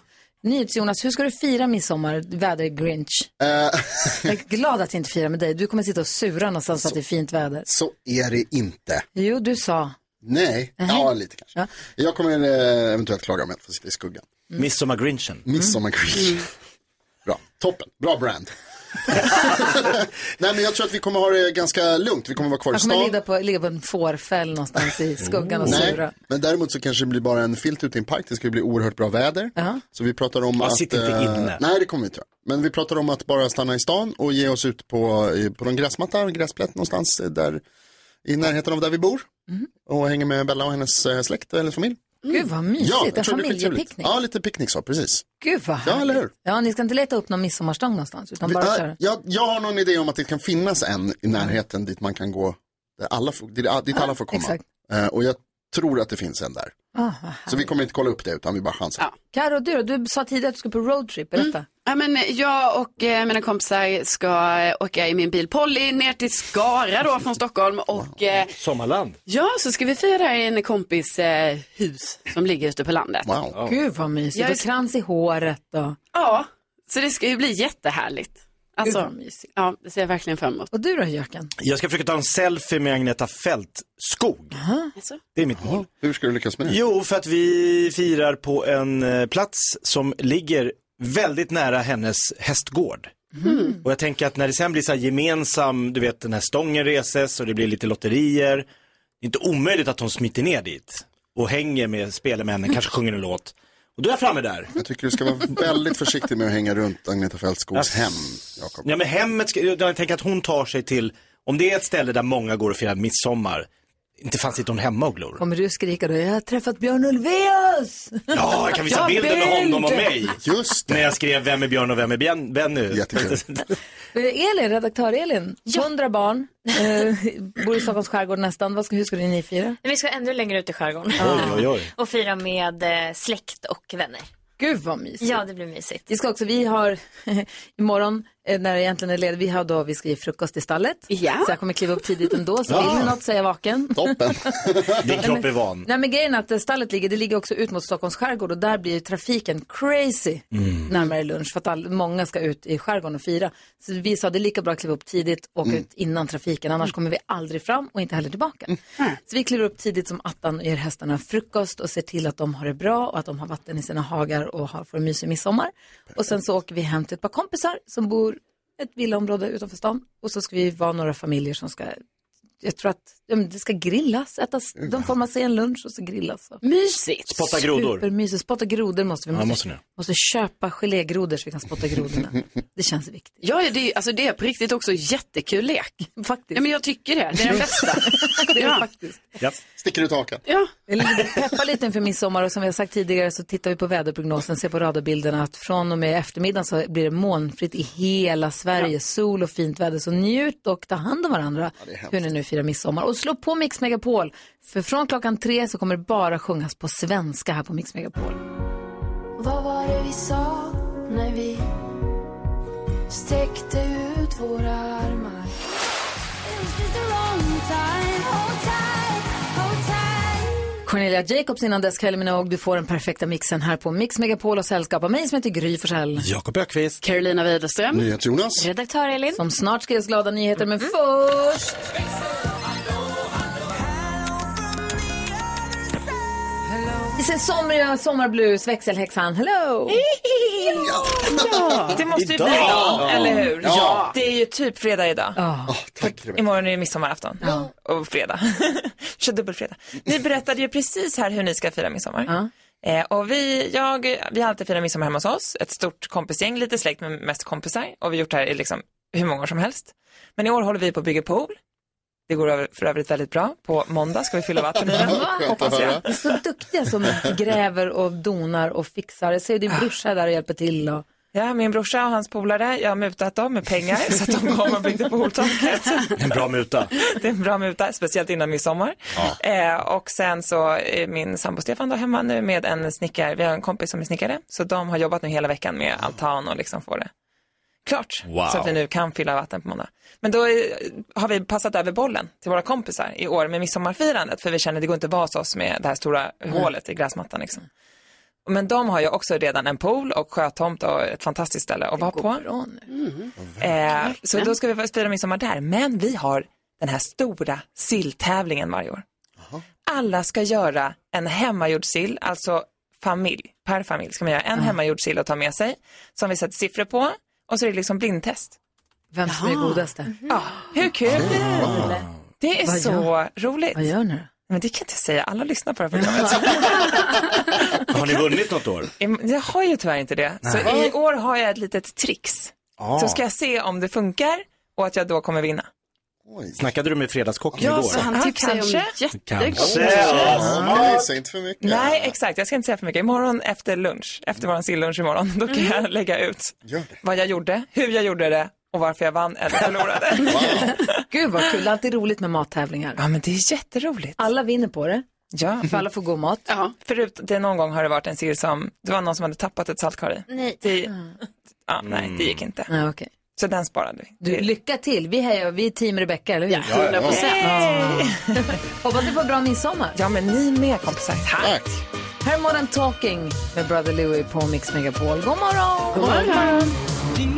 NyhetsJonas, hur ska du fira midsommar, väder-grinch?
Eh,
Jag är glad att jag inte firar med dig. Du kommer sitta och sura någonstans för att det är fint väder.
så är det inte.
Jo, du sa.
Nej, ja lite kanske.
Ja.
Jag kommer eh, eventuellt klaga om jag får sitta i skuggan.
Mm. Midsommargrinchen.
Midsommargrinchen.
Mm.
Bra, toppen, bra brand. Nej men jag tror att vi kommer ha det ganska lugnt, vi kommer vara kvar i
Han kommer
stan.
ligga på, ligga på en fårfäll någonstans i skuggan och
Mm. Nej,
sura.
men däremot så kanske det blir bara en filt ute i en park, det ska ju bli oerhört bra väder. Så vi pratar om
Ja,
att...
sitt inte
eh,
inne.
Nej, det kommer vi inte göra. Men vi pratar om att bara stanna i stan och ge oss ut på, eh, på någon gräsmatta, en gräsplätt någonstans eh, där i närheten av där vi bor.
Mhm.
Och hänga med Bella och hennes eh, släkt och hennes familj.
Gud vad
Mm. Ja,
mysigt,
jag
en
tror det blir skittrevligt.
familjepicknick.
Ja, lite picknick så, precis.
Gud vad
Ja, eller
härligt. Ja, ni ska inte leta upp någon midsommarstång någonstans, utan
Vi-
bara
äh,
köra.
jag, jag har någon idé om att det kan finnas en i närheten dit man kan gå, där alla får, dit, dit alla får komma.
exakt.
Eh, och jag tror att det finns en där.
Ah, vad
Så vi kommer inte kolla upp det utan vi bara chansar.
Karo, du då? Du sa tidigare att du skulle på roadtrip, berätta.
Mm. Ja, men jag och eh, mina kompisar ska eh, åka i min bil Polly ner till Skara då från Stockholm och eh,
Sommarland.
ja, så ska vi fira där i en kompis eh, hus som ligger ute på landet.
Wow.
Gud vad mysigt,
Jag är-
och krans i håret och...
Ja, så det ska ju bli jättehärligt. Alltså, ja, det ser jag verkligen fram emot.
Och du då, Jöken?
Jag ska försöka ta en selfie med Agneta Fältskog.
Alltså?
Det är mitt mål.
Hur ska du lyckas med det?
Jo, för att vi firar på en eh, plats som ligger väldigt nära hennes hästgård. Och jag tänker att när det sen blir så här gemensam, du vet den här stången reses och det blir lite lotterier. Det är inte omöjligt att hon smiter ner dit och hänger med, spelar med henne, kanske sjunger en låt. Och då är jag framme där.
Jag tycker du ska vara väldigt försiktig med att hänga runt Agneta Fältskogs hem. Jakob.
Ja men hemmet, ska, jag tänker att hon tar sig till, om det är ett ställe där många går och firar midsommar, Inte fanns inte hon hemma och glor.
Kommer du skrika då, jag har träffat Björn Ulvaeus!
Ja, jag kan visa bilder med honom och mig.
Just
När jag skrev vem är Björn och vem är Ben- Benny. Jättekul.
Eh, Elin, redaktör Elin, 100 barn, eh, bor i Stockholms skärgård nästan. Vad ska, hur ska ni fira?
Vi ska ännu längre ut i skärgården.
Oj, oj, oj.
Och fira med eh, släkt och vänner.
Gud vad mysigt.
Ja, det blir mysigt.
Vi ska också, vi har imorgon, eh, när det egentligen är ledigt, vi har då, vi ska ge frukost i stallet.
Ja.
Så jag kommer kliva upp tidigt ändå, så
Ja.
vill ni något så är jag vaken.
Toppen.
Din kropp är van.
Nej men grejen är att eh, stallet ligger, det ligger också ut mot Stockholms skärgård och där blir ju trafiken crazy
Mm.
närmare lunch för att all, många ska ut i skärgården och fira. Så vi sa det är lika bra att kliva upp tidigt och åka
Mm.
ut innan trafiken
Mm.
annars kommer vi aldrig fram och inte heller tillbaka. Så vi kliver upp tidigt som attan och ger hästarna frukost och ser till att de har det bra och att de har vatten i sina hagar och har, får en mysig midsommar. Och sen så åker vi hem till ett par kompisar som bor i ett villaområde utanför stan och så ska vi vara några familjer som ska jag tror att ja, men det ska grillas, ätas, de får man sig en lunch och så grillas.
Mysigt.
Spotta grodor.
Supermysigt. Spotta grodor måste vi.
Ja,
Måste,
måste ni.
måste köpa gelégrodor så vi kan spotta grodorna. det känns viktigt.
Ja, ja, det, är- alltså det är på riktigt också jättekul lek.
Faktiskt.
Ja, men jag tycker det. Det är den bästa.
Det är
Ja.
faktiskt.
Sticker ut hakan.
Ja.
Peppa lite inför midsommar och som vi har sagt tidigare så tittar vi på väderprognosen, ser på radarbilderna att från och med eftermiddagen så blir det molnfritt i hela Sverige, sol och fint väder. Så njut och ta hand om varandra
det är hemskt.
hur ni nu firar midsommar. Och slå på Mix Megapol, för från klockan tre så kommer det bara sjungas på svenska här på Mix Megapol.
Vad var det vi sa när vi sträckte ut våra armar?
Cornelia Jacobs innan dess, Kylie Minogue, du får den perfekta mixen här på Mix Megapol och sällskap av mig som heter Gry Forssell.
Jakob Ökvist.
Carolina Widerström.
NyhetsJonas.
Redaktör Elin. Mm. Som snart ska ge oss glada nyheter, men först... Vi ser somriga sommarblues, växelhäxan, hello!
Ja, det måste ju bli idag, eller hur?
Ja.
Det är ju typ fredag idag.
För
imorgon är det midsommarafton. Och fredag. Kör dubbelfredag. Ni berättade ju precis här hur ni ska fira midsommar. Eh, och vi, jag, vi har alltid firat midsommar hemma hos oss. Ett stort kompisgäng, lite släkt men mest kompisar. Och vi har gjort det här i liksom hur många år som helst. Men i år håller vi på att bygga pool. Det går över- för övrigt väldigt bra. På måndag ska vi fylla vatten i den. Hoppas jag.
Ni är så duktiga som gräver och donar och fixar. Jag ser ju din brorsa där och hjälper till. Och...
Ja, min brorsa och hans polare, jag har mutat dem med pengar så att de kom och byggde pooltaket.
En bra muta.
Det är en bra muta, speciellt innan midsommar. Eh, och sen så är min sambo Stefan då hemma nu med en snickare, vi har en kompis som är snickare, så de har jobbat nu hela veckan med altan och liksom få det klart.
Wow.
Så att vi nu kan fylla vatten på måndag. Men då eh, har vi passat över bollen till våra kompisar i år med midsommarfirandet, för vi känner att det går inte att vara hos oss med det här stora
Mm.
hålet i gräsmattan liksom. Men de har ju också redan en pool och sjötomt och ett fantastiskt ställe att vara på.
Mm.
Eh, så då ska vi fira midsommar där. Men vi har den här stora silltävlingen varje år. Alla ska göra en hemmagjord sill, alltså familj, per familj ska man göra en hemmagjord sill och ta med sig som vi sätter siffror på och så är det liksom blindtest.
Vem som är
Jaha.
godast där?
Ja, hur kul blir det? Det är
Vad
så
gör-
roligt. Vad
gör ni
Men det kan jag inte säga, alla lyssnar på det här programmet.
Har ni vunnit något år?
Im- Jag har ju tyvärr inte det. Så
Nej.
i år har jag ett litet trix.
Ah.
Så ska jag se om det funkar och att jag då kommer vinna.
Snackade du med Fredagskocken
Ja,
igår?
så han
Typ
tipsar ju om jättegott.
Kanske.
Ja, gissa inte för mycket.
Nej, exakt. Jag ska inte säga för mycket. Imorgon efter lunch, efter våran sillunch imorgon, då kan
Mm.
jag lägga ut vad jag gjorde, hur jag gjorde det och varför jag vann eller förlorade.
Gud vad kul, det är alltid roligt med mattävlingar.
Ja, men det är jätteroligt.
Alla vinner på det.
Ja.
För alla får god mat.
Ja. Förut, det någon gång har det varit en sill som, det var någon som hade tappat ett saltkar i.
Nej.
Det,
Mm.
ja, nej, det
Mm.
gick inte.
Nej, okej.
Så den sparade vi.
Du, lycka till. Vi hejar, vi är team Rebecca, eller hur?
Ja, ja, ja. 100%.
Hoppas du får bra midsommar.
Ja, men ni med kompisar. Tack.
Här är Modern Talking med Brother Louie på Mix Megapol. God morgon!
God morgon.